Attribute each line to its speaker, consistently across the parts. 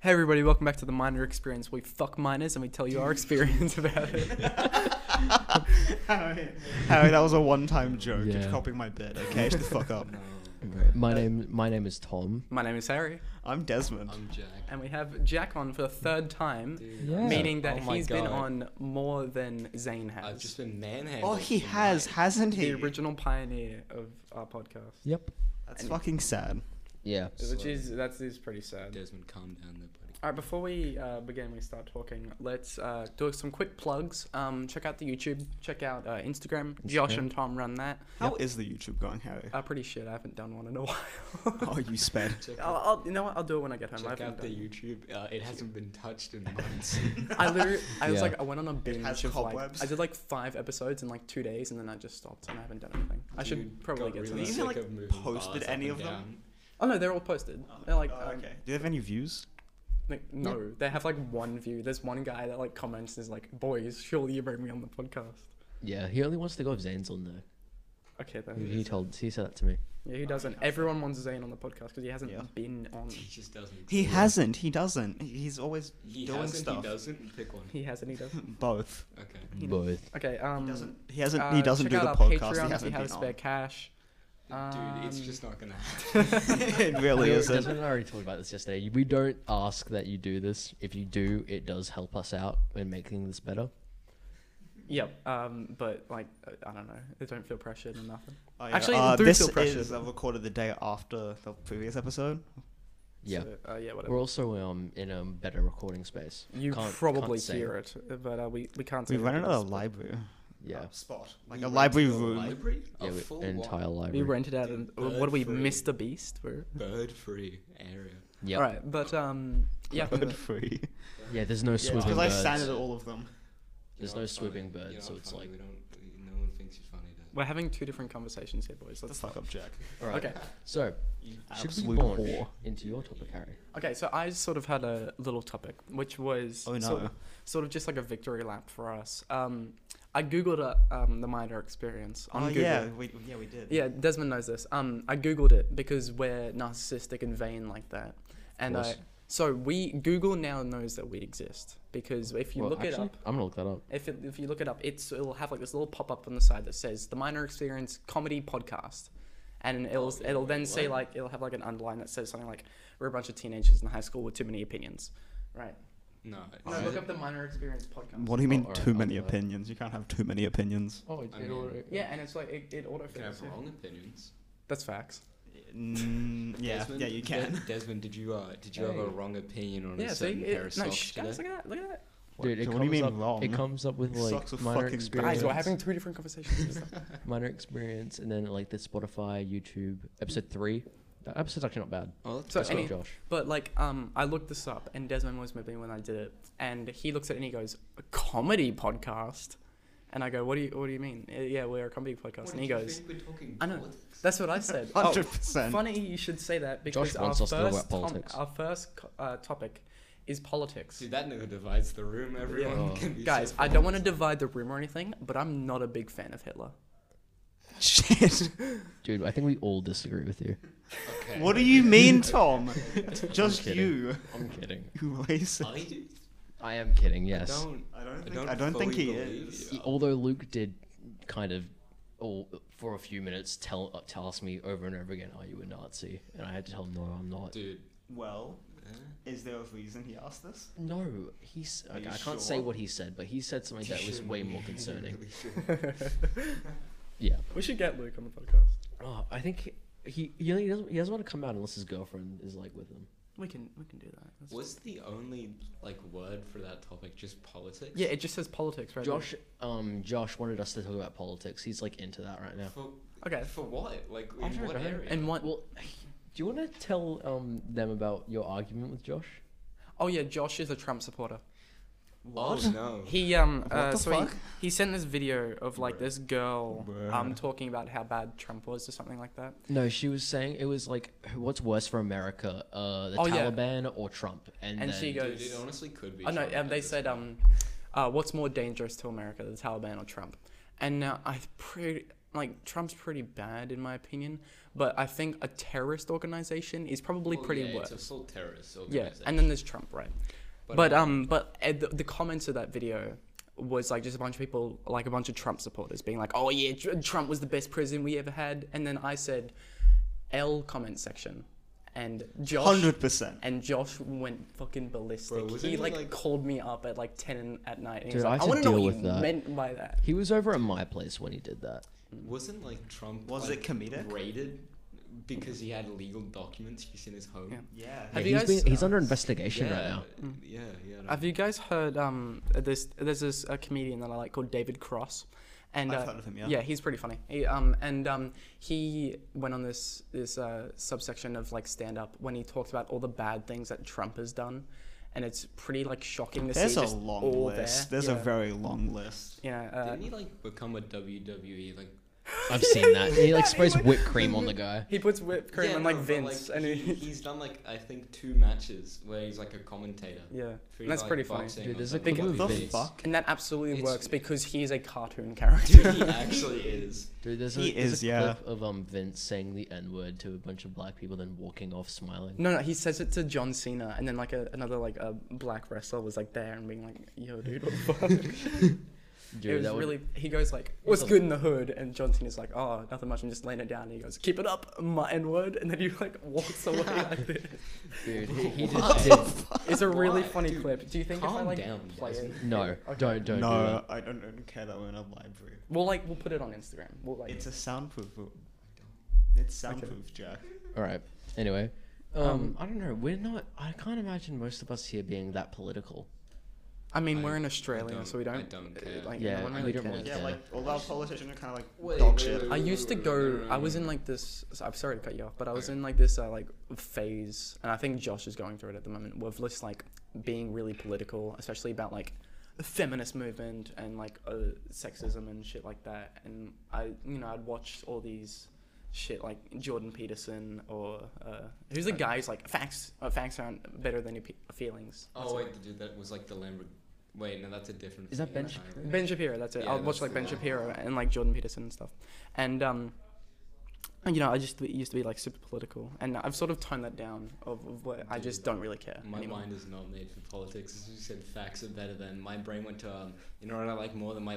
Speaker 1: Hey everybody, welcome back to the Miner Experience. We fuck miners and we tell you our experience about it.
Speaker 2: Harry, Harry, that was a one-time joke. It's
Speaker 3: Yeah.
Speaker 2: copying my bit. Okay, shut the fuck up.
Speaker 3: Right. My name my name is Tom.
Speaker 1: My name is Harry,
Speaker 2: I'm Desmond.
Speaker 4: I'm Jack.
Speaker 1: and we have Jack on for the third time,
Speaker 4: Dude,
Speaker 3: Yeah.
Speaker 4: I'm so-
Speaker 1: meaning that
Speaker 4: oh
Speaker 1: he's
Speaker 4: my
Speaker 1: been
Speaker 4: God.
Speaker 1: on more than Zane
Speaker 4: I've
Speaker 1: has.
Speaker 4: just been manhandled.
Speaker 2: oh, he
Speaker 4: tonight.
Speaker 2: has, hasn't he?
Speaker 1: the original pioneer of our podcast,
Speaker 3: Yep.
Speaker 2: That's fucking sad.
Speaker 3: Yeah.
Speaker 1: which
Speaker 4: So-
Speaker 1: is that is pretty sad.
Speaker 4: Desmond, calm down there, buddy.
Speaker 1: All right, before we uh, begin, we start talking. Let's uh, do some quick plugs. Um, check out the YouTube. Check out uh, Instagram. Josh
Speaker 3: Instagram.
Speaker 1: and Tom run that.
Speaker 2: How is the YouTube going, Harry?
Speaker 1: Uh, pretty shit. I haven't done one in a while.
Speaker 2: oh, you sped.
Speaker 4: Check
Speaker 1: I'll,
Speaker 4: out,
Speaker 1: I'll, you know what? I'll do it when I get home. I
Speaker 4: check
Speaker 1: haven't
Speaker 4: out the
Speaker 1: done one.
Speaker 4: YouTube. Uh, it hasn't been touched in months.
Speaker 1: I literally, I was
Speaker 3: Yeah.
Speaker 1: like, I went on a binge
Speaker 2: has
Speaker 1: of
Speaker 2: cobwebs.
Speaker 1: like, I did like five episodes in like two days, and then I just stopped and I haven't done anything. I should
Speaker 4: Dude,
Speaker 1: probably get
Speaker 4: got really
Speaker 1: to
Speaker 2: These
Speaker 1: that.
Speaker 2: are,
Speaker 4: sick
Speaker 2: like,
Speaker 4: of moving
Speaker 2: posted
Speaker 4: bars up
Speaker 2: any
Speaker 4: and
Speaker 2: of them?
Speaker 4: down.
Speaker 1: Oh no, they're all posted. They're like,
Speaker 2: Oh,
Speaker 1: um,
Speaker 2: okay. Do they have any views?
Speaker 1: like, no, they have like one view. There's one guy that like comments and is like, boys, surely you bring me on the podcast.
Speaker 3: Yeah. He only wants to go if Zane's on there.
Speaker 1: Okay then.
Speaker 3: He told he said that to me.
Speaker 1: Yeah, he doesn't. Everyone wants Zayn on the podcast because he hasn't
Speaker 2: Yeah.
Speaker 1: been on.
Speaker 4: He just doesn't.
Speaker 2: He
Speaker 4: care.
Speaker 2: hasn't. He doesn't. He's always
Speaker 4: He
Speaker 2: doing
Speaker 4: hasn't.
Speaker 2: stuff.
Speaker 4: He doesn't. Pick one.
Speaker 1: He hasn't. He doesn't.
Speaker 2: Both.
Speaker 4: Okay.
Speaker 3: Both.
Speaker 1: Okay. Um.
Speaker 2: He hasn't.
Speaker 1: uh,
Speaker 2: he doesn't
Speaker 1: check
Speaker 2: do
Speaker 1: out
Speaker 2: the
Speaker 1: our
Speaker 2: podcast.
Speaker 1: Patreon
Speaker 2: he
Speaker 1: if you
Speaker 2: hasn't
Speaker 1: have
Speaker 2: been
Speaker 1: spare cash.
Speaker 4: Dude, it's
Speaker 1: Um,
Speaker 4: just not gonna happen.
Speaker 2: on. it really
Speaker 3: We-
Speaker 2: isn't.
Speaker 3: Desmond and I already talked about this yesterday. We don't ask that you do this. If you do, it does help us out in making this better.
Speaker 1: Yep. Um. But like, uh, I don't know. They don't feel pressured or nothing.
Speaker 2: Oh,
Speaker 1: Actually,
Speaker 2: uh,
Speaker 1: do
Speaker 2: this
Speaker 1: feel pressured.
Speaker 2: is I've recorded the day after the previous episode.
Speaker 3: Yeah.
Speaker 1: So, uh, yeah. Whatever.
Speaker 3: We're also um in a better recording space.
Speaker 1: You
Speaker 3: Can't-
Speaker 1: probably
Speaker 3: can't say
Speaker 1: hear it, but uh, we we can't.
Speaker 2: We
Speaker 1: say
Speaker 2: ran
Speaker 1: it
Speaker 2: out of
Speaker 1: because-
Speaker 2: a library. Uh,
Speaker 3: Yeah.
Speaker 2: Spot. Like
Speaker 4: We
Speaker 2: a
Speaker 4: rented
Speaker 2: library
Speaker 4: a
Speaker 2: room.
Speaker 4: Library? A
Speaker 3: Yeah, we-
Speaker 4: full
Speaker 3: an entire
Speaker 4: one.
Speaker 3: library.
Speaker 1: We rented out. An, uh,
Speaker 4: Dude,
Speaker 1: what do we,
Speaker 4: bird-free.
Speaker 1: Mr. Beast? We're,
Speaker 4: Bird-free area.
Speaker 3: Yep.
Speaker 1: All right, but um, yeah.
Speaker 2: Bird free.
Speaker 3: Yeah, there's no
Speaker 2: It's
Speaker 3: swooping
Speaker 2: because I
Speaker 3: birds.
Speaker 2: sounded at all of them.
Speaker 4: You're
Speaker 3: There's
Speaker 4: not
Speaker 3: no
Speaker 4: funny.
Speaker 3: swooping
Speaker 4: You're
Speaker 3: birds,
Speaker 4: not
Speaker 3: so it's
Speaker 4: funny.
Speaker 3: like-
Speaker 4: We don't. No one thinks you're funny. Dad.
Speaker 1: We're having two different conversations here, boys.
Speaker 2: Shut
Speaker 1: Let's
Speaker 2: the fuck up, Jack.
Speaker 3: All right.
Speaker 1: okay.
Speaker 3: So should we
Speaker 2: Absolute
Speaker 3: launch
Speaker 2: whore.
Speaker 3: into your topic, Harry?
Speaker 1: Okay, so I sort of had a little topic, which was
Speaker 2: Oh,
Speaker 1: sort,
Speaker 2: no.
Speaker 1: of, sort of just like a victory lap for us. Um, I googled uh, um, the minor experience on
Speaker 2: Oh,
Speaker 1: Google.
Speaker 2: yeah. We, yeah, we did.
Speaker 1: Yeah, Desmond knows this. Um, I googled it because we're narcissistic and vain like that, and I.
Speaker 3: course.
Speaker 1: So we Google now knows that we exist because if you
Speaker 3: Well,
Speaker 1: look it
Speaker 3: actually,
Speaker 1: up,
Speaker 3: I'm gonna look that up.
Speaker 1: if, it, if you look it up, it's it'll have like this little pop up on the side that says the Minor Experience Comedy Podcast, and it'll
Speaker 4: yeah,
Speaker 1: it'll then
Speaker 4: wait,
Speaker 1: say
Speaker 4: what?
Speaker 1: like it'll have like an underline that says something like we're a bunch of teenagers in high school with too many opinions, right?
Speaker 4: No. it's-
Speaker 1: No, look up the Minor Experience Podcast.
Speaker 2: What do you mean,
Speaker 3: alright,
Speaker 2: too
Speaker 3: I'll
Speaker 2: many
Speaker 3: do that.
Speaker 2: opinions? You can't have too many opinions.
Speaker 3: Oh, it,
Speaker 4: I it already- mean-
Speaker 1: Yeah, and it's like it, it auto
Speaker 4: I Can
Speaker 1: fills.
Speaker 4: have wrong opinions.
Speaker 1: That's facts.
Speaker 2: Mm, yeah,
Speaker 4: Desmond,
Speaker 2: yeah, you
Speaker 4: De-
Speaker 2: can.
Speaker 4: Desmond, did you uh, did you have
Speaker 3: Hey.
Speaker 4: a wrong opinion on
Speaker 1: Yeah,
Speaker 4: a
Speaker 1: so
Speaker 4: certain pair of
Speaker 1: it, no,
Speaker 4: socks
Speaker 1: shh, guys,
Speaker 4: today?
Speaker 1: look at that, look at that.
Speaker 3: Dude, it
Speaker 2: So
Speaker 3: comes
Speaker 2: what do you mean
Speaker 3: up,
Speaker 2: wrong?
Speaker 3: It comes up with like
Speaker 2: Socks are
Speaker 3: minor
Speaker 2: fucking bad.
Speaker 3: experience,
Speaker 1: Guys, we're having two different conversations. and stuff.
Speaker 3: minor experience, and then like the Spotify, YouTube episode three. That episode's actually not bad.
Speaker 4: Oh, that's
Speaker 1: So
Speaker 3: That's
Speaker 1: any-
Speaker 3: got Josh.
Speaker 1: but like, um, I looked this up, and Desmond was with me when I did it, and he looks at it and he goes, "A comedy podcast," and I go, "What do you What do you mean? "Uh, Yeah, we're a comedy podcast." and he goes, "I know." That's what I said. Oh,
Speaker 2: 100%.
Speaker 1: funny you should say that because our
Speaker 3: wants
Speaker 1: first,
Speaker 3: us to know about
Speaker 1: tom-
Speaker 3: politics.
Speaker 1: our first co- uh, topic is politics.
Speaker 4: See, that never divides the room. Everyone
Speaker 3: Oh.
Speaker 4: can be
Speaker 1: Guys,
Speaker 4: so
Speaker 1: I don't want to divide
Speaker 4: polarized.
Speaker 1: the room or anything, but I'm not a big fan of Hitler.
Speaker 2: Shit.
Speaker 3: Dude, I think we all disagree with you.
Speaker 4: Okay.
Speaker 2: What do you mean, Tom? Just
Speaker 3: kidding.
Speaker 2: you.
Speaker 3: I'm kidding.
Speaker 2: You racist.
Speaker 4: I do.
Speaker 3: I am kidding. Yes.
Speaker 4: Don't.
Speaker 2: I don't think,
Speaker 4: don't
Speaker 2: I don't think
Speaker 4: fully
Speaker 2: he
Speaker 4: believe
Speaker 2: is.
Speaker 4: you.
Speaker 3: Although Luke did kind of, or for a few minutes, tell uh, tell us me over and over again, "Are you a Nazi?" And I had to tell him, "No, I'm not."
Speaker 4: Dude.
Speaker 2: Well,
Speaker 4: eh?
Speaker 2: is there a reason he asked this?
Speaker 3: No, he's.
Speaker 2: Are
Speaker 3: Okay,
Speaker 2: you
Speaker 3: I can't say
Speaker 2: sure?
Speaker 3: what he said, but he said something that was
Speaker 4: Shouldn't
Speaker 3: way
Speaker 4: we?
Speaker 3: more concerning.
Speaker 4: Really shouldn't.
Speaker 3: Yeah.
Speaker 1: We should get Luke on the podcast.
Speaker 3: Oh, I think he he, he doesn't he doesn't want to come out unless his girlfriend is like with him.
Speaker 1: We can we can do that. That's-
Speaker 4: Was the only like word for that topic just politics?
Speaker 1: Yeah, it just says politics, right?
Speaker 3: Josh um Josh wanted us to talk about politics. He's like into that right now.
Speaker 4: For,
Speaker 1: Okay.
Speaker 4: For what? Like
Speaker 3: I'm
Speaker 4: in
Speaker 3: sure
Speaker 4: what
Speaker 3: I don't
Speaker 4: area?
Speaker 1: And one.
Speaker 3: Well, do you want to tell um them about your argument with Josh?
Speaker 1: Oh yeah, Josh is a Trump supporter.
Speaker 4: Oh no.
Speaker 1: He um
Speaker 2: What
Speaker 1: uh,
Speaker 2: the
Speaker 1: so he,
Speaker 2: fuck?
Speaker 1: he sent this video of like
Speaker 4: Bruh.
Speaker 1: this girl um
Speaker 2: Bruh.
Speaker 1: talking about how bad Trump was or something like that.
Speaker 3: No, she was saying it was like what's worse for America, uh, the
Speaker 1: Oh, yeah.
Speaker 3: Taliban or Trump? And,
Speaker 1: And
Speaker 3: then,
Speaker 1: she
Speaker 4: Dude,
Speaker 1: goes-
Speaker 4: it honestly could be.
Speaker 1: Oh no,
Speaker 4: Trump
Speaker 1: um,
Speaker 4: at
Speaker 1: they
Speaker 4: this
Speaker 1: said
Speaker 4: point.
Speaker 1: um, uh, what's more dangerous to America, the Taliban or Trump? And now uh, I pretty like Trump's pretty bad in my opinion, but I think a terrorist organization is probably
Speaker 4: Well,
Speaker 1: pretty
Speaker 4: yeah,
Speaker 1: worse.
Speaker 4: It's a full terrorist
Speaker 1: Yeah,
Speaker 4: organization.
Speaker 1: and then there's Trump, right? But,
Speaker 4: um,
Speaker 1: um, but uh, the, the comments of that video was like just a bunch of people, like a bunch of Trump supporters, being like, "Oh yeah, Tr- Trump was the best president we ever had," and then I said, "L comment section," and Josh.
Speaker 2: Hundred percent.
Speaker 1: And Josh went fucking ballistic.
Speaker 4: Bro, wasn't
Speaker 1: he
Speaker 4: it
Speaker 1: like,
Speaker 4: like-
Speaker 1: called me up at like ten in- at night, and he was
Speaker 3: Dude, I
Speaker 1: like, "I,
Speaker 3: had to
Speaker 1: want to know
Speaker 3: deal
Speaker 1: what
Speaker 3: with
Speaker 1: you
Speaker 3: that.
Speaker 1: meant by that."
Speaker 3: He was over at my place when he did that.
Speaker 4: wasn't like Trump
Speaker 2: Was
Speaker 4: like,
Speaker 2: it comedic?
Speaker 4: raided because he had illegal documents used in his home?
Speaker 1: Yeah.
Speaker 2: Yeah.
Speaker 1: Have
Speaker 3: yeah,
Speaker 1: you
Speaker 3: he's
Speaker 1: guys-
Speaker 3: he's under investigation right now.
Speaker 4: Yeah, yeah. no.
Speaker 1: Have you guys heard? Um, this there's this a comedian that I like called David Cross, and
Speaker 2: I've
Speaker 1: uh,
Speaker 2: heard of him, yeah.
Speaker 1: he's pretty funny. He, um, and um, he went on this this uh, subsection of like stand up when he talked about all the bad things that Trump has done, and it's pretty like shocking to
Speaker 2: There's
Speaker 1: see
Speaker 2: a
Speaker 1: just
Speaker 2: long
Speaker 1: all
Speaker 2: list.
Speaker 1: there.
Speaker 2: There's
Speaker 1: yeah.
Speaker 2: a very long list.
Speaker 1: yeah. Uh,
Speaker 4: Didn't he like become a WWE like?
Speaker 3: I've seen that. He like sprays whipped cream on the guy.
Speaker 1: he puts whipped cream
Speaker 4: Yeah,
Speaker 1: on like
Speaker 4: no, but,
Speaker 1: Vince,
Speaker 4: like,
Speaker 1: and
Speaker 4: he,
Speaker 1: he,
Speaker 4: he's done like I think two matches where he's like a commentator.
Speaker 1: yeah,
Speaker 4: for,
Speaker 1: and that's
Speaker 4: like,
Speaker 1: pretty funny.
Speaker 4: boxing
Speaker 3: Dude,
Speaker 4: or
Speaker 3: there's, like,
Speaker 4: something
Speaker 1: a
Speaker 2: The
Speaker 3: movie.
Speaker 4: this.
Speaker 2: fuck?
Speaker 1: And that absolutely
Speaker 4: It's-
Speaker 1: works because he's a cartoon character.
Speaker 4: Dude, he actually is.
Speaker 3: Dude, there's a,
Speaker 2: He
Speaker 3: there's
Speaker 2: is,
Speaker 3: a
Speaker 2: yeah.
Speaker 3: clip of um Vince saying the N word to a bunch of black people, then walking off smiling.
Speaker 1: No, no, he says it to John Cena, and then like a, another like a black wrestler was like there and being like, "Yo, dude, what the fuck?"
Speaker 3: Dude,
Speaker 1: it was
Speaker 3: that would-
Speaker 1: really. He goes like, "What's
Speaker 3: a-
Speaker 1: good in the hood?" And John Cena's like, "Oh, nothing much." I'm just laying it down. And he goes, "Keep it up, my N word," and then he like walks away like this.
Speaker 3: dude, he, he just did.
Speaker 1: It's a really
Speaker 4: Why?
Speaker 1: funny
Speaker 4: Dude,
Speaker 1: clip. Do you think if I
Speaker 4: calm
Speaker 1: like
Speaker 4: down,
Speaker 1: play it?
Speaker 3: No,
Speaker 1: Okay.
Speaker 3: don't don't do
Speaker 2: no,
Speaker 3: that.
Speaker 2: I don't, I don't care that we're in a library.
Speaker 1: We'll like we'll put it on Instagram. We'll like.
Speaker 2: It's a soundproof room. It's soundproof, Jack.
Speaker 3: All right. Anyway, um,
Speaker 1: Um,
Speaker 3: I don't know. We're not. I can't imagine most of us here being that political.
Speaker 1: I mean,
Speaker 4: I-
Speaker 1: we're in
Speaker 4: I
Speaker 1: Australia,
Speaker 4: don't-
Speaker 1: so we
Speaker 4: I
Speaker 1: don't.
Speaker 4: don't
Speaker 1: uh,
Speaker 4: care.
Speaker 1: Like,
Speaker 3: Yeah,
Speaker 1: no one
Speaker 3: we
Speaker 1: really
Speaker 3: don't
Speaker 1: cares.
Speaker 3: really
Speaker 2: Yeah,
Speaker 3: Yeah.
Speaker 2: like all our politicians are kind of like
Speaker 4: Wait,
Speaker 2: dog
Speaker 4: wait,
Speaker 2: shit.
Speaker 4: wait,
Speaker 1: I
Speaker 4: wait,
Speaker 1: used to
Speaker 4: wait,
Speaker 1: go.
Speaker 4: wait,
Speaker 1: I was in
Speaker 4: wait.
Speaker 1: like this. so- I'm sorry to cut you off, but I was
Speaker 4: Okay.
Speaker 1: in like this uh, like phase, and I think Josh is going through it at the moment with just like being really political, especially about like the feminist movement and like uh, sexism and shit like that. And I, you know, I'd watch all these shit like Jordan Peterson or uh, who's the guy who's like facts. Uh, facts aren't better than your pe- feelings. That's
Speaker 4: Oh wait, the dude that was like the Lambert. Wait, no, that's a different.
Speaker 3: Is that Ben
Speaker 4: thing entirely.
Speaker 3: Shapiro?
Speaker 1: Ben Shapiro, that's it.
Speaker 4: Yeah,
Speaker 1: I'll watch
Speaker 4: that's
Speaker 1: like
Speaker 4: the
Speaker 1: Ben
Speaker 4: one.
Speaker 1: Shapiro and like Jordan Peterson and stuff. And um and, you know, I just th- used to be like super political, and I've sort of toned that down. Of, of what I just don't really care
Speaker 4: My
Speaker 1: anymore.
Speaker 4: mind is not made for politics. As you said, facts are better than my brain went to. Um, you know what I like more than my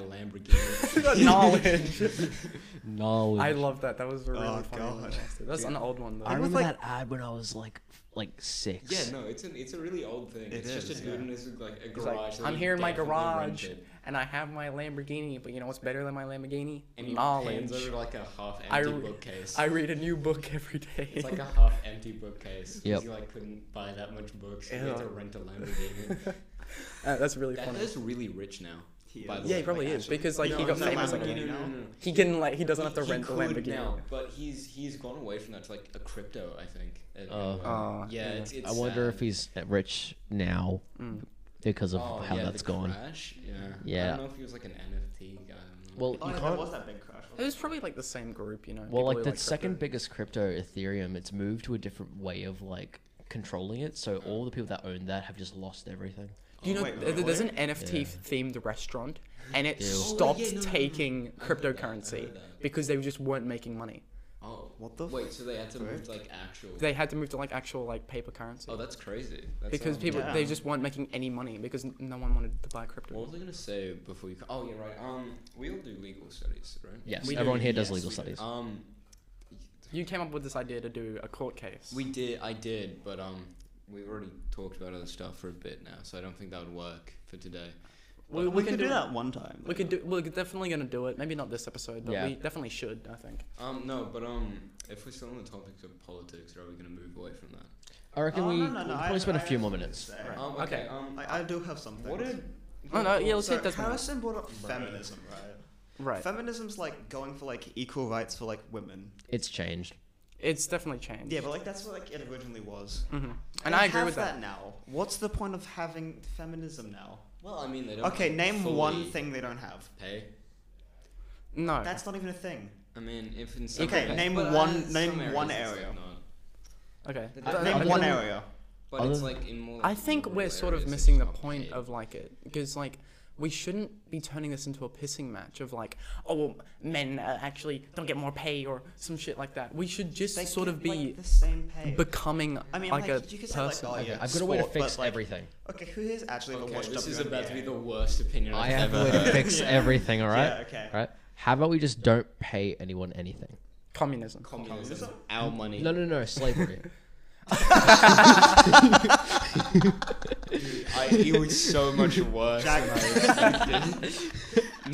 Speaker 4: Lamborghini.
Speaker 1: Knowledge.
Speaker 4: Oh,
Speaker 3: No,
Speaker 1: I love that. That was a really
Speaker 2: Oh,
Speaker 1: funny one.
Speaker 2: God.
Speaker 1: that I did. That's
Speaker 4: Yeah.
Speaker 1: an old one though.
Speaker 3: I
Speaker 2: It was
Speaker 3: remember
Speaker 2: like-
Speaker 3: that ad when I was like f- like six.
Speaker 4: yeah, no, it's an, it's a really old thing.
Speaker 2: It
Speaker 4: it's
Speaker 2: is,
Speaker 4: just a dude
Speaker 2: yeah.
Speaker 4: in his like a
Speaker 1: He's like,
Speaker 4: garage. that
Speaker 1: I'm
Speaker 4: he
Speaker 1: here in my
Speaker 4: definitely
Speaker 1: garage,
Speaker 4: rented."
Speaker 1: and I have my Lamborghini. But you know what's better than my Lamborghini?
Speaker 4: And he
Speaker 1: Knowledge.
Speaker 4: hands over like a half
Speaker 1: I
Speaker 4: empty
Speaker 1: re-
Speaker 4: bookcase.
Speaker 1: I read a new book every day.
Speaker 4: It's like a half empty bookcase. 'cause
Speaker 3: Yep.
Speaker 4: He like couldn't buy that much books. So he had
Speaker 1: Ew.
Speaker 4: to rent a Lamborghini.
Speaker 1: Uh, that's really
Speaker 4: that
Speaker 1: funny.
Speaker 4: is really rich now.
Speaker 2: He
Speaker 4: by
Speaker 2: is.
Speaker 4: the
Speaker 1: yeah,
Speaker 4: way,
Speaker 1: he probably
Speaker 4: like,
Speaker 1: is
Speaker 4: actually.
Speaker 1: because like he
Speaker 2: No,
Speaker 1: got
Speaker 2: no, Lamborghini.
Speaker 1: famous. Like,
Speaker 2: Lamborghini. now.
Speaker 1: he can like he doesn't have to
Speaker 4: He- he
Speaker 1: rent the
Speaker 4: could
Speaker 1: Lamborghini.
Speaker 4: now, but he's he's gone away from that to like a crypto, I think. at-
Speaker 3: Oh.
Speaker 1: Oh,
Speaker 4: yeah,
Speaker 1: yeah.
Speaker 4: It's, it's
Speaker 3: I wonder
Speaker 4: sad.
Speaker 3: if he's rich now
Speaker 1: Mm.
Speaker 3: because of
Speaker 4: Oh,
Speaker 3: how
Speaker 4: yeah,
Speaker 3: that's
Speaker 4: the
Speaker 3: gone.
Speaker 4: Crash? Yeah. I
Speaker 3: Yeah.
Speaker 4: don't know if he was like an NFT guy. I don't know.
Speaker 3: Well,
Speaker 2: Oh,
Speaker 3: you
Speaker 2: no, there
Speaker 3: can't.
Speaker 2: was that big crash.
Speaker 1: It was probably like the same group, you know.
Speaker 3: Well,
Speaker 1: people
Speaker 3: like
Speaker 1: who
Speaker 3: the
Speaker 1: crypto.
Speaker 3: second biggest crypto, Ethereum, it's moved to a different way of like controlling it. So all the people that own that have just lost everything.
Speaker 1: Do you know,
Speaker 2: Oh, wait,
Speaker 1: th-
Speaker 2: wait,
Speaker 1: there's
Speaker 2: what?
Speaker 1: an NFT themed restaurant, and it
Speaker 3: Ew. Oh,
Speaker 4: yeah,
Speaker 1: stopped
Speaker 4: no, no, no, no.
Speaker 1: taking
Speaker 4: I heard that, I heard
Speaker 1: cryptocurrency
Speaker 4: that.
Speaker 1: because they just weren't making money.
Speaker 4: oh,
Speaker 2: What the
Speaker 4: Wait, so they had to move
Speaker 2: frick?
Speaker 4: to like actual.
Speaker 1: They had to move to like actual like paper currency
Speaker 4: oh, that's crazy. That's
Speaker 1: because
Speaker 4: not-
Speaker 1: people they
Speaker 2: Damn.
Speaker 1: just weren't making any money because n- no one wanted to buy crypto.
Speaker 4: What was I gonna say before you? Oh, yeah, right. Um, we all do legal studies, right?
Speaker 3: Yes,
Speaker 4: We do,
Speaker 3: everyone here does
Speaker 4: yes,
Speaker 3: legal
Speaker 4: we do.
Speaker 3: studies.
Speaker 4: Um,
Speaker 1: you came up with this idea to do a court case.
Speaker 4: we did. I did, but um, we've already talked about other stuff for a bit now, so I don't think that would work for today.
Speaker 2: We,
Speaker 1: we
Speaker 2: could do
Speaker 1: it.
Speaker 2: that one time.
Speaker 1: We could do. We're definitely gonna do it. Maybe not this episode, but
Speaker 3: Yeah.
Speaker 1: we definitely should. I think.
Speaker 4: Um, no, but um, if we're still on the topic of politics, are we gonna move away from that?
Speaker 3: I reckon
Speaker 2: Oh,
Speaker 3: we
Speaker 2: no, no, no,
Speaker 3: we'll
Speaker 2: I
Speaker 3: probably
Speaker 2: have-
Speaker 3: spend a
Speaker 2: I
Speaker 3: few
Speaker 2: have
Speaker 3: more
Speaker 2: something to
Speaker 3: minutes.
Speaker 2: say.
Speaker 1: Alright.
Speaker 4: Um, okay.
Speaker 1: Okay.
Speaker 4: Um,
Speaker 2: I, I do have something.
Speaker 4: what did?
Speaker 1: Oh, no, yeah, let's hit
Speaker 4: So-
Speaker 1: this one.
Speaker 2: Harrison brought up feminism, right?
Speaker 1: Right.
Speaker 2: Feminism's like going for like equal rights for like women.
Speaker 3: It's changed.
Speaker 1: it's definitely changed.
Speaker 2: Yeah, but like that's what like it originally was.
Speaker 1: hmm And I agree
Speaker 2: have
Speaker 1: with that.
Speaker 2: now. What's the point of having feminism now?
Speaker 4: Well, I mean, they don't.
Speaker 2: Okay, name one
Speaker 4: fully
Speaker 2: thing they don't have.
Speaker 4: Pay.
Speaker 1: No.
Speaker 2: That's not even a thing.
Speaker 4: I mean, if in some
Speaker 2: Okay,
Speaker 4: areas-
Speaker 2: name
Speaker 4: but, uh,
Speaker 2: one-
Speaker 4: in
Speaker 2: name
Speaker 4: some areas
Speaker 2: one
Speaker 4: it's, like,
Speaker 2: area.
Speaker 4: not.
Speaker 1: okay.
Speaker 4: Th-
Speaker 1: Th-
Speaker 4: I-
Speaker 2: Name
Speaker 4: other
Speaker 2: one
Speaker 4: than-
Speaker 2: area.
Speaker 4: But
Speaker 3: Other
Speaker 4: it's
Speaker 3: than-
Speaker 4: like in more.
Speaker 1: I
Speaker 4: like,
Speaker 1: think
Speaker 4: rural
Speaker 1: we're sort of
Speaker 4: areas, it's
Speaker 1: missing the
Speaker 4: not
Speaker 1: point
Speaker 4: paid.
Speaker 1: of like it because like we shouldn't be turning this into a pissing match of like, oh, well, men uh, actually don't get more pay or some shit like that. We should just
Speaker 5: They
Speaker 1: sort
Speaker 5: get,
Speaker 1: of be
Speaker 5: like, the same pay.
Speaker 1: becoming
Speaker 5: I mean,
Speaker 1: like,
Speaker 5: like,
Speaker 1: a
Speaker 5: you could say, like,
Speaker 1: person.
Speaker 5: oh,
Speaker 2: Okay,
Speaker 5: yeah,
Speaker 3: I've got a way to
Speaker 5: sport, but,
Speaker 3: fix
Speaker 5: like-
Speaker 3: everything.
Speaker 5: Okay, who here's actually ever
Speaker 4: Okay,
Speaker 5: watched
Speaker 4: this is
Speaker 5: WNBA?
Speaker 4: about to be the worst opinion
Speaker 3: I
Speaker 4: I've
Speaker 3: have a
Speaker 4: ever
Speaker 3: way to
Speaker 4: heard.
Speaker 3: fix everything. All right.
Speaker 2: Yeah, okay.
Speaker 3: All right. How about we just don't pay anyone anything?
Speaker 1: communism.
Speaker 4: Communism, our money.
Speaker 3: No, no, no. Slavery.
Speaker 2: I, it was so much worse.
Speaker 5: Jack-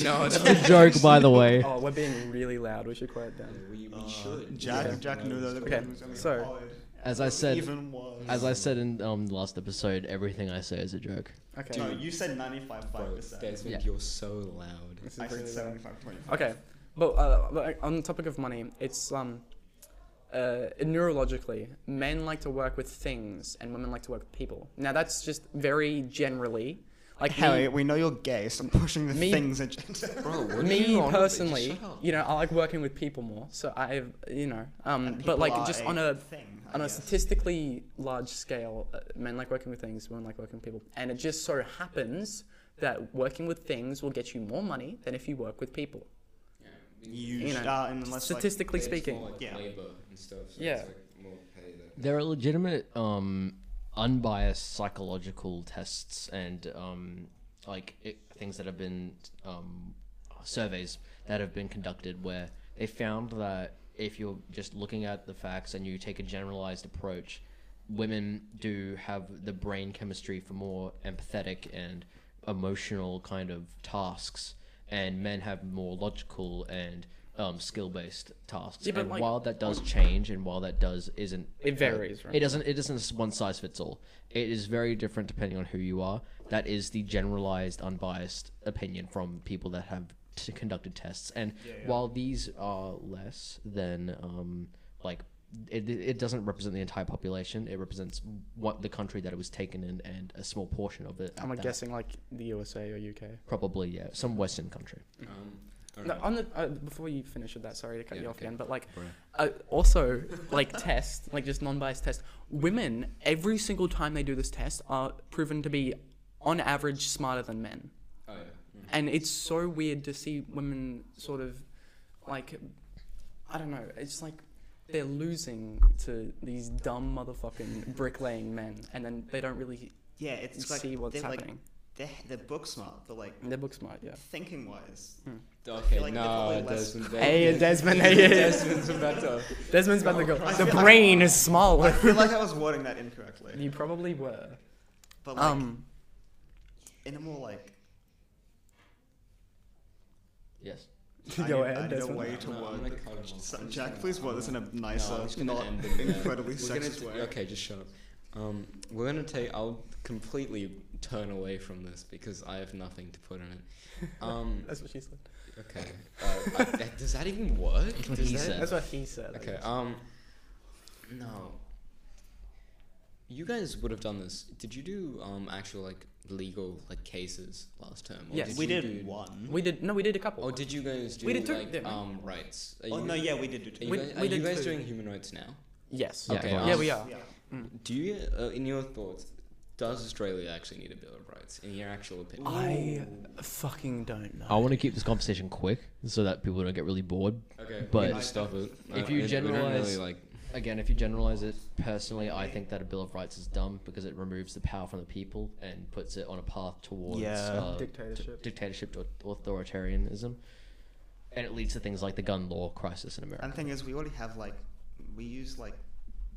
Speaker 1: no,
Speaker 3: It's a joke, by the way.
Speaker 1: oh, we're being really loud. We should quiet down.
Speaker 4: We, we should. Uh,
Speaker 2: Jack,
Speaker 4: Yeah.
Speaker 2: Jack knew that.
Speaker 1: Okay, so-
Speaker 3: As I said-
Speaker 2: even worse.
Speaker 3: As I said in um, the last episode, everything I say is a joke.
Speaker 1: Okay.
Speaker 2: no, you said ninety-five
Speaker 4: Bro,
Speaker 2: five percent.
Speaker 4: Desmond,
Speaker 3: Yeah.
Speaker 4: you're so loud.
Speaker 1: This is
Speaker 2: I
Speaker 1: really
Speaker 2: said
Speaker 1: loud.
Speaker 2: seventy-five point five.
Speaker 1: Okay, but uh, like, on the topic of money, it's um, uh, neurologically, men like to work with things and women like to work with people. Now that's just very generally, like
Speaker 2: Harry,
Speaker 1: me,
Speaker 2: we know you're gay. Stop pushing the
Speaker 1: me-
Speaker 2: things agenda.
Speaker 4: Bro, what are you
Speaker 1: me
Speaker 4: on?
Speaker 1: personally,
Speaker 4: Shut up.
Speaker 1: you know, I like working with people more. So I've, you know, um, but like just on a
Speaker 2: thing, I
Speaker 1: on a
Speaker 2: guess.
Speaker 1: statistically large scale, uh, men like working with things, women like working with people, and it just so happens that working with things will get you more money than if you work with people.
Speaker 2: you,
Speaker 1: you know,
Speaker 2: start and unless like,
Speaker 1: statistically
Speaker 4: It's more
Speaker 1: speaking.
Speaker 4: like
Speaker 2: Yeah.
Speaker 4: labor and stuff. So
Speaker 1: Yeah.
Speaker 4: It's like more pay there.
Speaker 3: There are legitimate, um, unbiased psychological tests and um, like it, things that have been um, surveys that have been conducted where they found that if you're just looking at the facts and you take a generalized approach, women do have the brain chemistry for more empathetic and emotional kind of tasks, and men have more logical and um, skill-based tasks.
Speaker 1: Yeah, but,
Speaker 3: and
Speaker 1: like,
Speaker 3: while that does change, and while that does isn't,
Speaker 1: It varies, right?
Speaker 3: It doesn't. It isn't just one size fits all. It is very different depending on who you are. That is the generalized, unbiased opinion from people that have t- conducted tests. And while these are less than, um, like, it, it it doesn't represent the entire population. It represents what the country that it was taken in and a small portion of it. at
Speaker 1: I'm
Speaker 3: that.
Speaker 1: guessing like the USA or UK.
Speaker 3: Probably yeah, some Western country.
Speaker 4: Um, all
Speaker 1: No,
Speaker 4: right.
Speaker 1: on the uh, before you finish with that, sorry to cut
Speaker 4: Oh, Yeah,
Speaker 1: you off
Speaker 4: okay.
Speaker 1: again, but like,
Speaker 4: Bruh.
Speaker 1: uh, also like test, like just non-biased test. Women, every single time they do this test, are proven to be, on average, smarter than men,
Speaker 4: Oh, yeah.
Speaker 1: and it's so weird to see women sort of, like, I don't know, it's like. They're losing to these dumb motherfucking bricklaying men, and then they don't really
Speaker 5: yeah, it's like
Speaker 1: see what's
Speaker 5: they're, like,
Speaker 1: happening.
Speaker 5: they're, they're book smart, but like
Speaker 1: they're book smart, yeah.
Speaker 5: thinking wise,
Speaker 4: Okay,
Speaker 5: like they're
Speaker 4: no,
Speaker 5: probably less-
Speaker 4: Desmond.
Speaker 1: Hey, Desmond, hey.
Speaker 4: Desmond's about to.
Speaker 1: Desmond's about to go.
Speaker 5: I
Speaker 1: The
Speaker 5: feel like-
Speaker 1: brain is
Speaker 5: I
Speaker 1: smaller.
Speaker 5: feel like I was wording that incorrectly.
Speaker 1: You probably were.
Speaker 5: But like
Speaker 1: Um,
Speaker 5: in a more like
Speaker 3: Yes.
Speaker 5: I
Speaker 1: Go
Speaker 5: need, I
Speaker 1: ahead,
Speaker 5: need a
Speaker 1: Desmond.
Speaker 5: way to
Speaker 4: No, I'm
Speaker 5: word.
Speaker 4: gonna
Speaker 5: the-
Speaker 4: cut him off.
Speaker 5: So-
Speaker 4: I'm just
Speaker 5: Jack,
Speaker 4: gonna-
Speaker 5: please word this in a nicer,
Speaker 4: I'm just gonna
Speaker 5: not
Speaker 4: end it there.
Speaker 5: incredibly
Speaker 4: We're gonna
Speaker 5: sexist
Speaker 4: t-
Speaker 5: way.
Speaker 4: Okay, just shut up. Um, we're gonna take. I'll completely turn away from this because I have nothing to put in it. Um,
Speaker 1: That's what she said.
Speaker 4: okay. Uh, I, that, does that even work?
Speaker 3: That's what
Speaker 4: Does
Speaker 3: he
Speaker 4: that-
Speaker 3: said.
Speaker 1: That's what he said.
Speaker 4: Okay. Um. No. You guys would have done this. Did you do um actual like legal like cases last term?
Speaker 1: Yes.
Speaker 4: did
Speaker 1: Did
Speaker 5: we
Speaker 4: you
Speaker 5: did
Speaker 4: do-
Speaker 5: one.
Speaker 1: We did no, we did a couple.
Speaker 4: Or did you guys do
Speaker 1: We did two,
Speaker 4: like
Speaker 1: didn't we?
Speaker 4: um rights? Are
Speaker 5: oh
Speaker 4: you-
Speaker 5: no, yeah, we did
Speaker 4: Are
Speaker 5: do
Speaker 4: you
Speaker 5: two.
Speaker 1: We-
Speaker 4: guys,
Speaker 1: we
Speaker 4: are you
Speaker 1: did
Speaker 4: guys
Speaker 1: two.
Speaker 4: doing human rights now?
Speaker 1: yes.
Speaker 3: Yeah,
Speaker 4: Okay,
Speaker 3: well,
Speaker 1: Yeah,
Speaker 4: um,
Speaker 1: we are.
Speaker 5: Yeah.
Speaker 4: Do you, uh, in your thoughts, does Australia actually need a Bill of Rights? In your actual opinion,
Speaker 1: I fucking don't know.
Speaker 3: I want to keep this conversation quick so that people don't get really bored.
Speaker 5: Oh.
Speaker 4: okay,
Speaker 3: but-
Speaker 4: but stop it.
Speaker 3: If
Speaker 4: I-
Speaker 3: you
Speaker 4: I- we don't really,
Speaker 3: generalise-
Speaker 4: like,
Speaker 3: again, if you generalize it, personally, I think that a Bill of Rights is dumb because it removes the power from the people and puts it on a path towards
Speaker 5: Yeah.
Speaker 3: uh,
Speaker 1: Dictatorship.
Speaker 3: d- dictatorship to authoritarianism, and it leads to things like the gun law crisis in America.
Speaker 5: And the thing is, we already have like, we use like,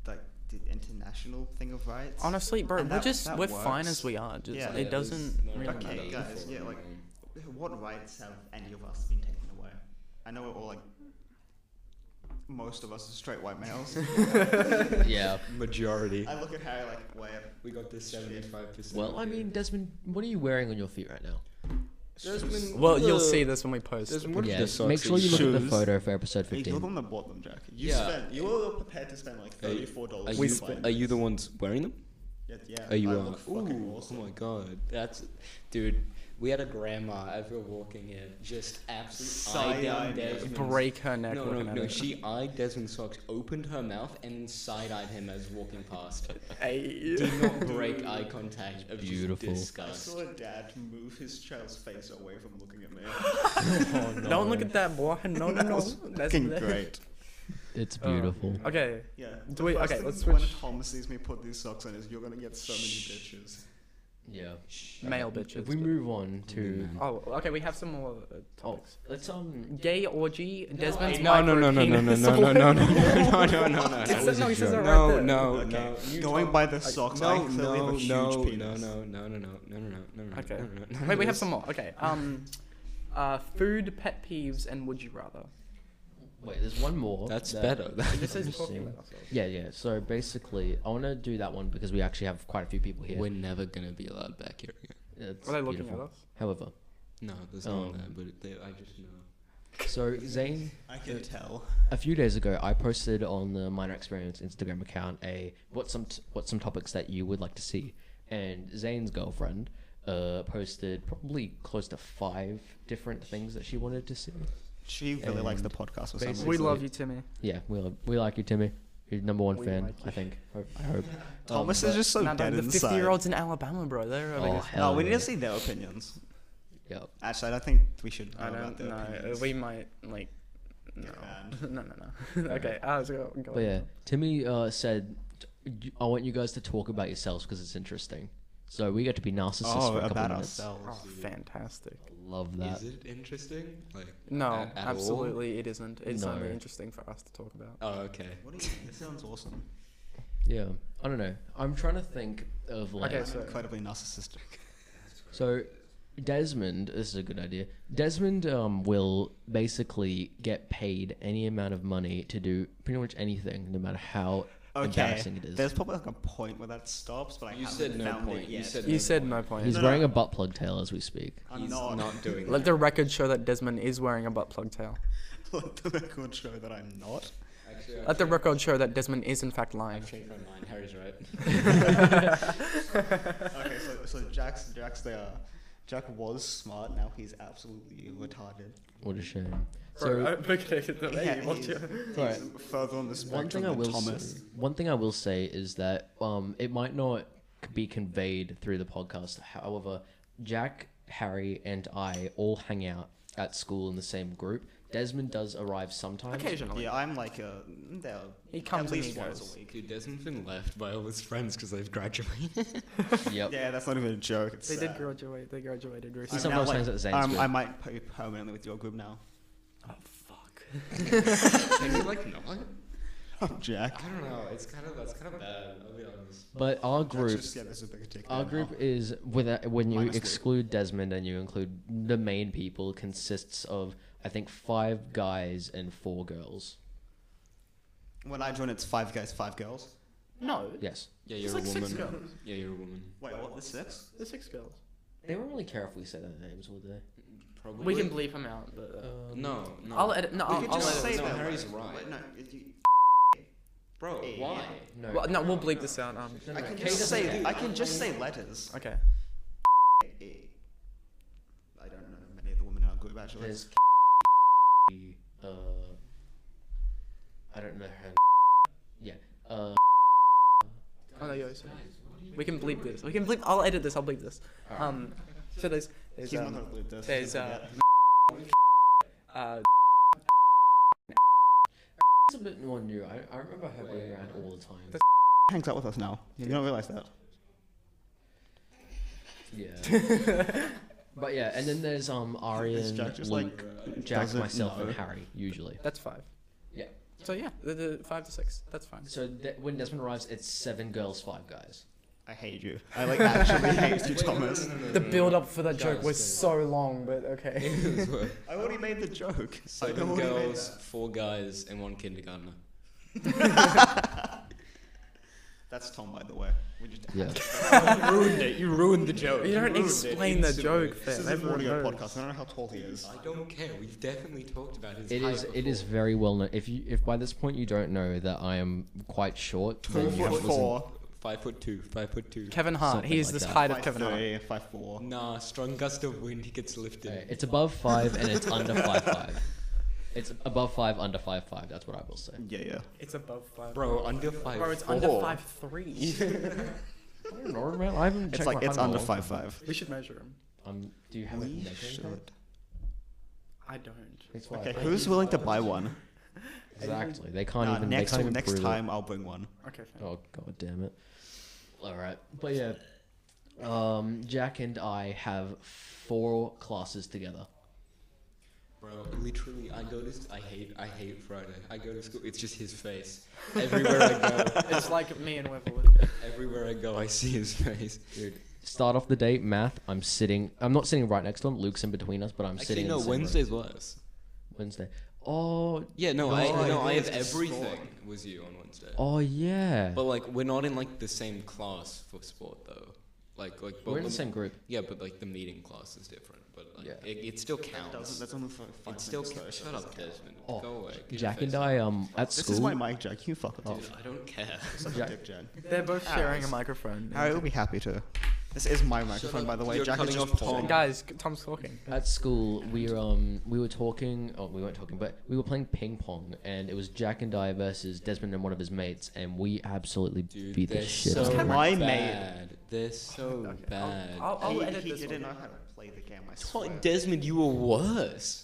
Speaker 5: like the international thing of rights.
Speaker 1: Honestly, bro,
Speaker 5: And
Speaker 1: we're
Speaker 5: that-
Speaker 1: just
Speaker 5: that
Speaker 1: we're fine
Speaker 5: works.
Speaker 1: as we are. Just
Speaker 5: Yeah.
Speaker 4: yeah,
Speaker 1: it
Speaker 4: there's
Speaker 1: doesn't
Speaker 4: no
Speaker 1: really
Speaker 5: Okay,
Speaker 1: matter.
Speaker 4: need
Speaker 5: guys,
Speaker 4: for
Speaker 5: yeah,
Speaker 4: it,
Speaker 5: like-
Speaker 4: um,
Speaker 5: What rights have any of us been taken away? I know we're all like, most of us are straight white males.
Speaker 3: yeah.
Speaker 4: majority.
Speaker 5: I look at Harry like, wait,
Speaker 4: We got this seventy-five percent.
Speaker 3: Well, I mean, Desmond, what are you wearing on your feet right now?
Speaker 1: Well, you'll see this when we post.
Speaker 4: Desmond, what
Speaker 3: yeah,
Speaker 4: the socks
Speaker 3: make sure
Speaker 4: and
Speaker 3: you look at the
Speaker 5: shoes?
Speaker 3: photo for episode
Speaker 5: hey, you're the
Speaker 3: 15.
Speaker 5: one that bought them, Jack. You
Speaker 4: Yeah.
Speaker 5: spent, you were prepared to spend like
Speaker 4: Hey,
Speaker 5: thirty-four
Speaker 4: Are
Speaker 5: dollars.
Speaker 4: you, are you the ones wearing them?
Speaker 5: Yeah. It- yeah.
Speaker 4: Oh, you
Speaker 5: I
Speaker 4: are.
Speaker 5: look fucking
Speaker 4: Ooh,
Speaker 5: awesome.
Speaker 4: Oh my god, that's, dude. We had a grandma as we were walking in, just absolutely
Speaker 5: Side-eyed
Speaker 4: eyed down
Speaker 5: Desmond.
Speaker 4: Desmond.
Speaker 1: Break her neck
Speaker 4: No, no,
Speaker 1: looking at
Speaker 4: no.
Speaker 1: it.
Speaker 4: She eyed Desmond's socks, opened her mouth, and then side-eyed him as walking past.
Speaker 1: Hey.
Speaker 4: Do not break eye contact. Of
Speaker 3: Beautiful.
Speaker 4: Just
Speaker 5: I
Speaker 4: disgust.
Speaker 5: saw a dad move his child's face away from looking at me.
Speaker 1: Don't look at that boy. No, no,
Speaker 5: That
Speaker 1: no.
Speaker 5: was fucking great.
Speaker 3: It's
Speaker 1: Oh.
Speaker 3: beautiful.
Speaker 1: Okay.
Speaker 5: Yeah.
Speaker 1: Do
Speaker 5: the
Speaker 1: we-
Speaker 5: first
Speaker 1: okay,
Speaker 5: thing
Speaker 1: let's
Speaker 5: When
Speaker 1: switch-
Speaker 5: Tom sees me put these socks on, is you're gonna get so many bitches.
Speaker 3: Yeah.
Speaker 1: Male
Speaker 3: Um,
Speaker 1: bitches,
Speaker 3: If we
Speaker 1: but-
Speaker 3: move on to
Speaker 1: Oh, okay. We have some more uh,
Speaker 3: oh,
Speaker 1: topics.
Speaker 3: let's um
Speaker 1: Gay orgy. Desmond's
Speaker 4: No, no, no, no, no, no, no, no, no, no, no, no, no, no,
Speaker 1: It says- no,
Speaker 4: no.
Speaker 1: he says that right
Speaker 4: No,
Speaker 1: there.
Speaker 4: no,
Speaker 5: Okay,
Speaker 4: no. You
Speaker 5: Going
Speaker 4: talk-
Speaker 5: by the socks, I
Speaker 4: No,
Speaker 5: clearly
Speaker 4: no,
Speaker 5: have a huge
Speaker 4: no,
Speaker 5: penis.
Speaker 4: no, no, no, no, no, no, no, no, no, no.
Speaker 1: Okay.
Speaker 4: no, no, no, no,
Speaker 1: Wait, we
Speaker 4: no.
Speaker 1: have some more. Okay. Um, uh, food, pet peeves, and would you rather?
Speaker 3: wait. There's one more.
Speaker 4: That's
Speaker 3: that-
Speaker 4: better.
Speaker 1: It just says
Speaker 3: Interesting.
Speaker 1: talking about ourselves.
Speaker 3: Yeah, yeah. So basically, I want to do that one because we actually have quite a few people here.
Speaker 4: We're never gonna be allowed back here again.
Speaker 3: It's
Speaker 1: Are they looking
Speaker 3: beautiful.
Speaker 1: at us?
Speaker 3: However,
Speaker 4: No, there's no one
Speaker 3: Um,
Speaker 4: there, but it, they, I just know.
Speaker 3: so Zane,
Speaker 5: I can tell.
Speaker 3: a few days ago, I posted on the Minor Experience Instagram account a what some t- what some topics that you would like to see, and Zane's girlfriend uh, posted probably close to five different things that she wanted to see.
Speaker 5: She really likes the podcast for some reason.
Speaker 3: basically-
Speaker 1: We love you, Timmy.
Speaker 3: Yeah, we love, we like you, Timmy. You're the number one
Speaker 1: We
Speaker 3: fan,
Speaker 1: like you.
Speaker 3: I think. Hope- I hope.
Speaker 5: Thomas is just so
Speaker 1: No, no,
Speaker 5: dead
Speaker 1: the
Speaker 5: inside.
Speaker 1: fifty-year-olds in Alabama, bro. They're over
Speaker 3: Oh,
Speaker 1: here.
Speaker 5: No,
Speaker 3: hell
Speaker 5: we need
Speaker 3: yeah.
Speaker 5: to see their opinions.
Speaker 3: Yep.
Speaker 5: Actually, I don't think we should know
Speaker 1: I don't
Speaker 5: about their
Speaker 1: know. uh,
Speaker 5: opinions.
Speaker 1: We might like. No.
Speaker 5: Get banned.
Speaker 1: no, no, no. okay. Uh, let's go, go
Speaker 3: But yeah,
Speaker 1: on.
Speaker 3: Timmy uh, said, "Y- "I want you guys to talk about yourselves because it's interesting." So we get to be narcissists
Speaker 5: oh,
Speaker 3: for a couple
Speaker 5: about
Speaker 3: minutes.
Speaker 5: ourselves.
Speaker 1: Oh, fantastic.
Speaker 3: Love that.
Speaker 4: Is it interesting? Like
Speaker 1: No,
Speaker 4: at- at all?
Speaker 1: absolutely, it isn't. It's
Speaker 3: No.
Speaker 1: only interesting for us to talk about.
Speaker 4: Oh, okay.
Speaker 5: What do you, this sounds awesome.
Speaker 3: Yeah, I don't know. I'm trying to think of like.
Speaker 1: Okay,
Speaker 5: I'm
Speaker 1: so-
Speaker 5: incredibly narcissistic.
Speaker 3: So, Desmond, this is a good idea. Desmond um, will basically get paid any amount of money to do pretty much anything, no matter how
Speaker 5: Okay,
Speaker 3: embarrassing it is.
Speaker 5: there's probably like a point where that stops, but I
Speaker 4: You
Speaker 5: haven't
Speaker 4: said no
Speaker 5: found
Speaker 4: point.
Speaker 5: it
Speaker 4: You
Speaker 5: yet.
Speaker 4: said
Speaker 1: You
Speaker 4: no
Speaker 1: said
Speaker 4: point.
Speaker 1: no point.
Speaker 3: He's
Speaker 5: No, no.
Speaker 3: wearing a butt plug tail as we speak.
Speaker 5: I'm
Speaker 4: He's
Speaker 5: not.
Speaker 4: not doing
Speaker 1: Let
Speaker 4: that.
Speaker 1: the record show that Desmond is wearing a butt plug tail.
Speaker 5: Let the record show that I'm not.
Speaker 4: Actually,
Speaker 1: Let the record show that Desmond is in fact lying.
Speaker 4: I've changed my mind. Harry's right.
Speaker 5: Okay, so so Jack's Jack's there. Jack was smart. Now he's absolutely retarded.
Speaker 3: What a shame.
Speaker 1: Bro,
Speaker 3: So,
Speaker 1: I'm looking at the-
Speaker 5: Yeah,
Speaker 1: hey, what
Speaker 5: he's-
Speaker 1: you-
Speaker 3: Right.
Speaker 5: He's further on the
Speaker 3: one
Speaker 5: spectrum
Speaker 3: thing I
Speaker 5: than
Speaker 3: will
Speaker 5: Thomas.
Speaker 3: say, one thing I will say is that um, it might not be conveyed through the podcast. However, Jack, Harry, and I all hang out at school in the same group. Desmond does arrive sometimes.
Speaker 1: Occasionally.
Speaker 5: Yeah, I'm like uh there.
Speaker 1: He comes
Speaker 5: at
Speaker 1: and
Speaker 5: least
Speaker 1: he
Speaker 5: once
Speaker 1: goes.
Speaker 5: a week.
Speaker 4: Dude, Desmond's been left by all his friends because they've graduated.
Speaker 3: Yep.
Speaker 5: Yeah, that's not even a joke. It's
Speaker 1: They did
Speaker 5: sad.
Speaker 1: graduate. They graduated
Speaker 5: I'm now,
Speaker 3: He
Speaker 1: recently.
Speaker 3: sometimes
Speaker 5: like-
Speaker 3: hangs out at Zane's
Speaker 5: um,
Speaker 3: group.
Speaker 5: I might be permanently with your group now.
Speaker 1: Oh fuck.
Speaker 4: Can you like not?
Speaker 5: Jack.
Speaker 4: I don't know. It's kind of that's kind of bad. I'll be honest.
Speaker 3: But our group,
Speaker 5: Just, yeah, there's a bigger ticket.
Speaker 3: our
Speaker 5: now.
Speaker 3: group is without when you
Speaker 5: Minus Luke.
Speaker 3: exclude Desmond and you include the main people consists of I think five guys and four girls.
Speaker 5: When I join, it's five guys, five girls.
Speaker 1: No.
Speaker 3: Yes,
Speaker 4: Yeah,
Speaker 1: There's
Speaker 4: you're a
Speaker 1: like
Speaker 4: woman.
Speaker 1: six girls.
Speaker 4: Yeah, you're a woman.
Speaker 5: Wait, what? The six?
Speaker 1: There's six girls.
Speaker 3: they won't really care if we say their names, would they?
Speaker 4: Probably.
Speaker 1: We can bleep him out, but. Uh,
Speaker 4: No, no.
Speaker 1: I'll edit. No,
Speaker 5: we
Speaker 1: I'll,
Speaker 5: could
Speaker 1: I'll
Speaker 5: just
Speaker 1: edit.
Speaker 5: say
Speaker 4: no,
Speaker 5: that.
Speaker 4: Harry's
Speaker 5: Wait,
Speaker 4: right.
Speaker 5: no, if you-
Speaker 4: Bro,
Speaker 5: Yeah.
Speaker 4: why?
Speaker 3: No.
Speaker 1: Well, no, we'll bleep this out. Um,
Speaker 5: I can just say. I can just say letters.
Speaker 1: okay.
Speaker 5: I E. don't know many of the women in our group actually.
Speaker 3: There's uh, I don't know her. Yeah. Uh,
Speaker 1: Oh, there you go. sorry. We can bleep this. We can bleep. I'll edit this. I'll bleep this. Um, so there's there's
Speaker 5: He's not
Speaker 1: um,
Speaker 5: gonna believe this.
Speaker 1: there's
Speaker 5: He's gonna
Speaker 1: uh,
Speaker 5: forget.
Speaker 1: uh
Speaker 3: it's a bit more new. I, I remember her being around all the time.
Speaker 1: That's-
Speaker 5: hangs out with us now. You don't realize that.
Speaker 3: Yeah. but yeah, and then there's um
Speaker 5: Is
Speaker 3: Aryan,
Speaker 5: Jack just
Speaker 3: Luke,
Speaker 5: like
Speaker 3: Jack,
Speaker 5: doesn't
Speaker 3: myself,
Speaker 5: know?
Speaker 3: and Harry usually.
Speaker 1: that's five.
Speaker 3: Yeah.
Speaker 1: So yeah, the, the five to six. That's fine.
Speaker 3: So th- when Desmond arrives, it's seven girls, five guys.
Speaker 5: I hate you. I like actually hate you, Thomas.
Speaker 1: The build up for that joke
Speaker 4: Guys,
Speaker 1: was
Speaker 4: guys.
Speaker 1: so long, but okay.
Speaker 5: I already made the joke. I
Speaker 4: Seven
Speaker 5: already made
Speaker 4: girls,
Speaker 5: that.
Speaker 4: four guys, and one kindergartner.
Speaker 5: That's Tom, by the way. We just
Speaker 3: Yeah.
Speaker 4: you ruined it. You ruined the joke.
Speaker 1: You don't explain the joke,
Speaker 5: this
Speaker 1: fam.
Speaker 5: is an
Speaker 1: Everyone
Speaker 5: audio
Speaker 1: knows.
Speaker 5: podcast. I don't know how tall he is.
Speaker 4: I don't care. We've definitely talked about his
Speaker 3: It
Speaker 4: height
Speaker 3: is. It
Speaker 4: before.
Speaker 3: is very well known. If you, if by this point you don't know that I am quite short,
Speaker 5: Four
Speaker 3: then you
Speaker 5: foot
Speaker 3: have listened,
Speaker 5: four.
Speaker 4: Five foot two. Five foot two.
Speaker 1: Kevin Hart.
Speaker 3: Something
Speaker 1: he's
Speaker 3: like
Speaker 1: this
Speaker 3: that.
Speaker 1: height of
Speaker 5: Five
Speaker 1: Kevin Hart.
Speaker 5: three, five four.
Speaker 4: Nah, strong gust of wind. He gets lifted.
Speaker 3: Alright, it's above five and it's under five five. It's above five, under five five. That's what I will say.
Speaker 5: Yeah, yeah.
Speaker 1: It's above five.
Speaker 4: Bro, under five.
Speaker 1: Bro, it's under
Speaker 4: four.
Speaker 1: five three.
Speaker 3: I don't know, man. I haven't
Speaker 5: It's like it's under five five.
Speaker 1: we should measure him.
Speaker 3: Um, do you have a
Speaker 5: We
Speaker 3: measuring tape?
Speaker 5: should.
Speaker 1: I don't.
Speaker 3: That's why I
Speaker 5: Okay,
Speaker 3: think-
Speaker 5: who's willing to buy one?
Speaker 3: Exactly. They can't
Speaker 5: Nah,
Speaker 3: even.
Speaker 5: next
Speaker 3: they can't even
Speaker 5: next
Speaker 3: prove it.
Speaker 5: time I'll bring one.
Speaker 1: Okay, fine.
Speaker 3: Oh god damn it. Alright. But yeah. Um Jack and I have four classes together.
Speaker 4: Bro, literally, I go to. s- I hate. I hate Friday. I go to school. It's just his face. Everywhere I go,
Speaker 1: It's like me and Weverly.
Speaker 4: everywhere I go, I see his face.
Speaker 3: Dude. Start off the day, math. I'm sitting I'm not sitting right next to him. Luke's in between us, but I'm
Speaker 4: Actually,
Speaker 3: sitting
Speaker 4: no.
Speaker 3: in the same row.
Speaker 4: Wednesday's worse.
Speaker 3: Wednesday. Oh
Speaker 4: Yeah, no.
Speaker 3: God.
Speaker 4: I no. I have
Speaker 3: Wednesday's
Speaker 4: everything. Was you on Wednesday?
Speaker 3: oh yeah.
Speaker 4: But like, we're not in like the same class for sport though. Like, like. But
Speaker 3: We're in the
Speaker 4: the-
Speaker 3: same group.
Speaker 4: Yeah, but like the meeting class is different. But like,
Speaker 3: Yeah.
Speaker 4: it, it still
Speaker 5: That
Speaker 4: counts.
Speaker 5: doesn't, that's only for five
Speaker 4: it still
Speaker 5: minutes,
Speaker 4: counts.
Speaker 5: though.
Speaker 4: Shut up, Desmond.
Speaker 3: Oh,
Speaker 4: Go away. Get your
Speaker 3: Jack and
Speaker 4: face
Speaker 3: I um at
Speaker 5: This
Speaker 3: school
Speaker 5: is my mic, Jack. You fuck
Speaker 3: Oh.
Speaker 5: off.
Speaker 4: Dude, I don't care.
Speaker 5: Suck
Speaker 3: Jack-
Speaker 5: a dick, Jack.
Speaker 1: They're both sharing a
Speaker 5: Ours.
Speaker 1: microphone.
Speaker 5: Harry will be happy to. This is my microphone,
Speaker 4: up.
Speaker 5: by the way.
Speaker 4: You're
Speaker 5: Jack is
Speaker 4: cutting
Speaker 5: just
Speaker 4: off
Speaker 5: pausing.
Speaker 4: Tom.
Speaker 1: Guys, Tom's talking.
Speaker 3: At school, we were, um we were talking. Oh, we weren't talking, but we were playing ping pong, and it was Jack and I versus Desmond and one of his mates, and we absolutely
Speaker 4: Dude,
Speaker 3: beat the
Speaker 4: they're
Speaker 3: shit
Speaker 4: so
Speaker 3: out of
Speaker 5: Kind
Speaker 3: them.
Speaker 5: of my mate.
Speaker 4: bad. They're so
Speaker 1: Okay, I'll-
Speaker 4: bad.
Speaker 1: I'll, I'll,
Speaker 5: he,
Speaker 1: edit
Speaker 5: he
Speaker 1: this.
Speaker 5: didn't know
Speaker 1: one.
Speaker 5: how to play the game. I
Speaker 4: Tom-
Speaker 5: swear.
Speaker 4: Desmond, you were worse.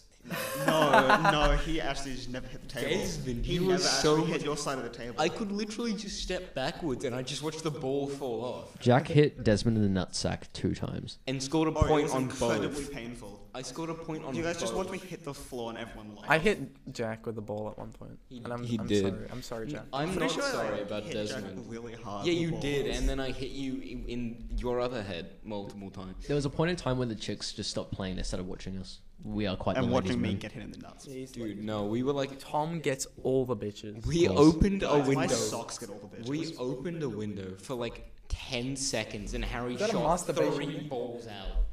Speaker 5: no, no, he actually just never hit the table.
Speaker 4: Desmond,
Speaker 5: he
Speaker 4: you
Speaker 5: never
Speaker 4: were so
Speaker 5: actually hit
Speaker 4: much-
Speaker 5: your side of the table.
Speaker 4: I could literally just step backwards and I just watched the ball fall off
Speaker 3: Jack hit Desmond in the nutsack two times.
Speaker 4: and scored a
Speaker 5: Oh, it
Speaker 4: point
Speaker 5: was
Speaker 4: on
Speaker 5: incredibly
Speaker 4: both.
Speaker 5: painful.
Speaker 4: I scored a point on
Speaker 5: You guys
Speaker 4: both.
Speaker 5: just watched me hit the floor and everyone laughed.
Speaker 1: I hit Jack with the ball at one point,
Speaker 4: He-
Speaker 1: and I'm,
Speaker 4: he
Speaker 1: I'm
Speaker 4: did.
Speaker 1: sorry. I'm sorry, Jack.
Speaker 4: I'm
Speaker 5: Pretty
Speaker 4: not
Speaker 5: sure I,
Speaker 4: sorry
Speaker 5: like,
Speaker 4: about
Speaker 5: hit Jack
Speaker 4: Desmond.
Speaker 5: really hard.
Speaker 4: Yeah,
Speaker 5: with
Speaker 4: you
Speaker 5: the
Speaker 4: did,
Speaker 5: balls.
Speaker 4: and then I hit you in- in your other head multiple times.
Speaker 3: There was a point in time when the chicks just stopped playing. They started watching us. We are quite.
Speaker 5: and
Speaker 3: the
Speaker 5: watching
Speaker 3: ladies'
Speaker 5: me
Speaker 3: man.
Speaker 5: get hit in the nuts.
Speaker 4: Dude, no, we were like,
Speaker 1: Tom gets all the bitches.
Speaker 4: we
Speaker 3: Close.
Speaker 4: opened a
Speaker 5: Guys, My
Speaker 4: oh, window.
Speaker 5: socks get all the bitches.
Speaker 4: We opened a window for like 10 seconds and Harry
Speaker 1: that a
Speaker 4: shot
Speaker 1: masturbation?
Speaker 4: three balls out.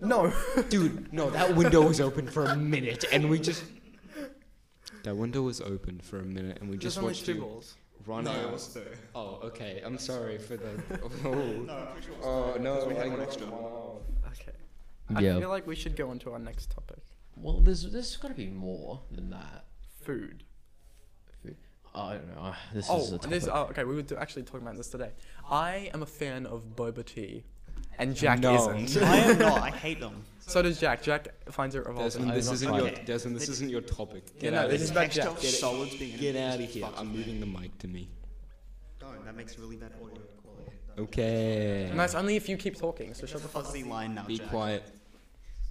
Speaker 1: No.
Speaker 4: Dude, no, that window was open for a minute, and we just. That window was open for a minute, and we just watched
Speaker 1: two
Speaker 4: you
Speaker 1: balls.
Speaker 4: run
Speaker 5: no, it
Speaker 4: out.
Speaker 5: was two.
Speaker 4: Oh, okay. I'm sorry for the.
Speaker 5: No,
Speaker 4: Oh,
Speaker 5: I'm Uh, pretty sure it was
Speaker 4: oh no,
Speaker 5: we had
Speaker 4: I
Speaker 5: one
Speaker 4: got
Speaker 5: extra.
Speaker 4: one out.
Speaker 1: Okay. I feel
Speaker 3: Yeah.
Speaker 1: like we should go on to our next topic.
Speaker 3: Well, there's there's got to be more than that.
Speaker 1: Food.
Speaker 3: I don't know. Ah, This
Speaker 1: oh,
Speaker 3: is a topic.
Speaker 1: this. Oh, okay. We were do- actually talking about this today. I am a fan of boba tea, and Jack
Speaker 4: No.
Speaker 1: isn't.
Speaker 5: two. I am not. I hate them.
Speaker 1: so does Jack. Jack finds it revolting.
Speaker 4: Desmond,
Speaker 3: I'm
Speaker 4: this
Speaker 3: not
Speaker 4: isn't
Speaker 3: trying.
Speaker 4: your.
Speaker 5: Okay.
Speaker 4: Desmond, this isn't your topic.
Speaker 1: Yeah,
Speaker 4: Get
Speaker 1: no,
Speaker 4: out
Speaker 1: this
Speaker 4: of
Speaker 1: is
Speaker 4: here.
Speaker 1: about
Speaker 5: Texture
Speaker 1: Jack.
Speaker 5: of
Speaker 4: Get it-
Speaker 5: solids being in
Speaker 4: Get
Speaker 5: it
Speaker 4: out of
Speaker 5: just
Speaker 4: here.
Speaker 5: fucks
Speaker 4: I'm
Speaker 5: me.
Speaker 4: moving the mic to me.
Speaker 5: No, that makes really bad audio quality.
Speaker 4: Okay.
Speaker 1: And that's only if you keep talking. So shut
Speaker 5: There's
Speaker 1: the
Speaker 5: a fuzzy line now,
Speaker 4: Be
Speaker 5: Jack.
Speaker 4: quiet.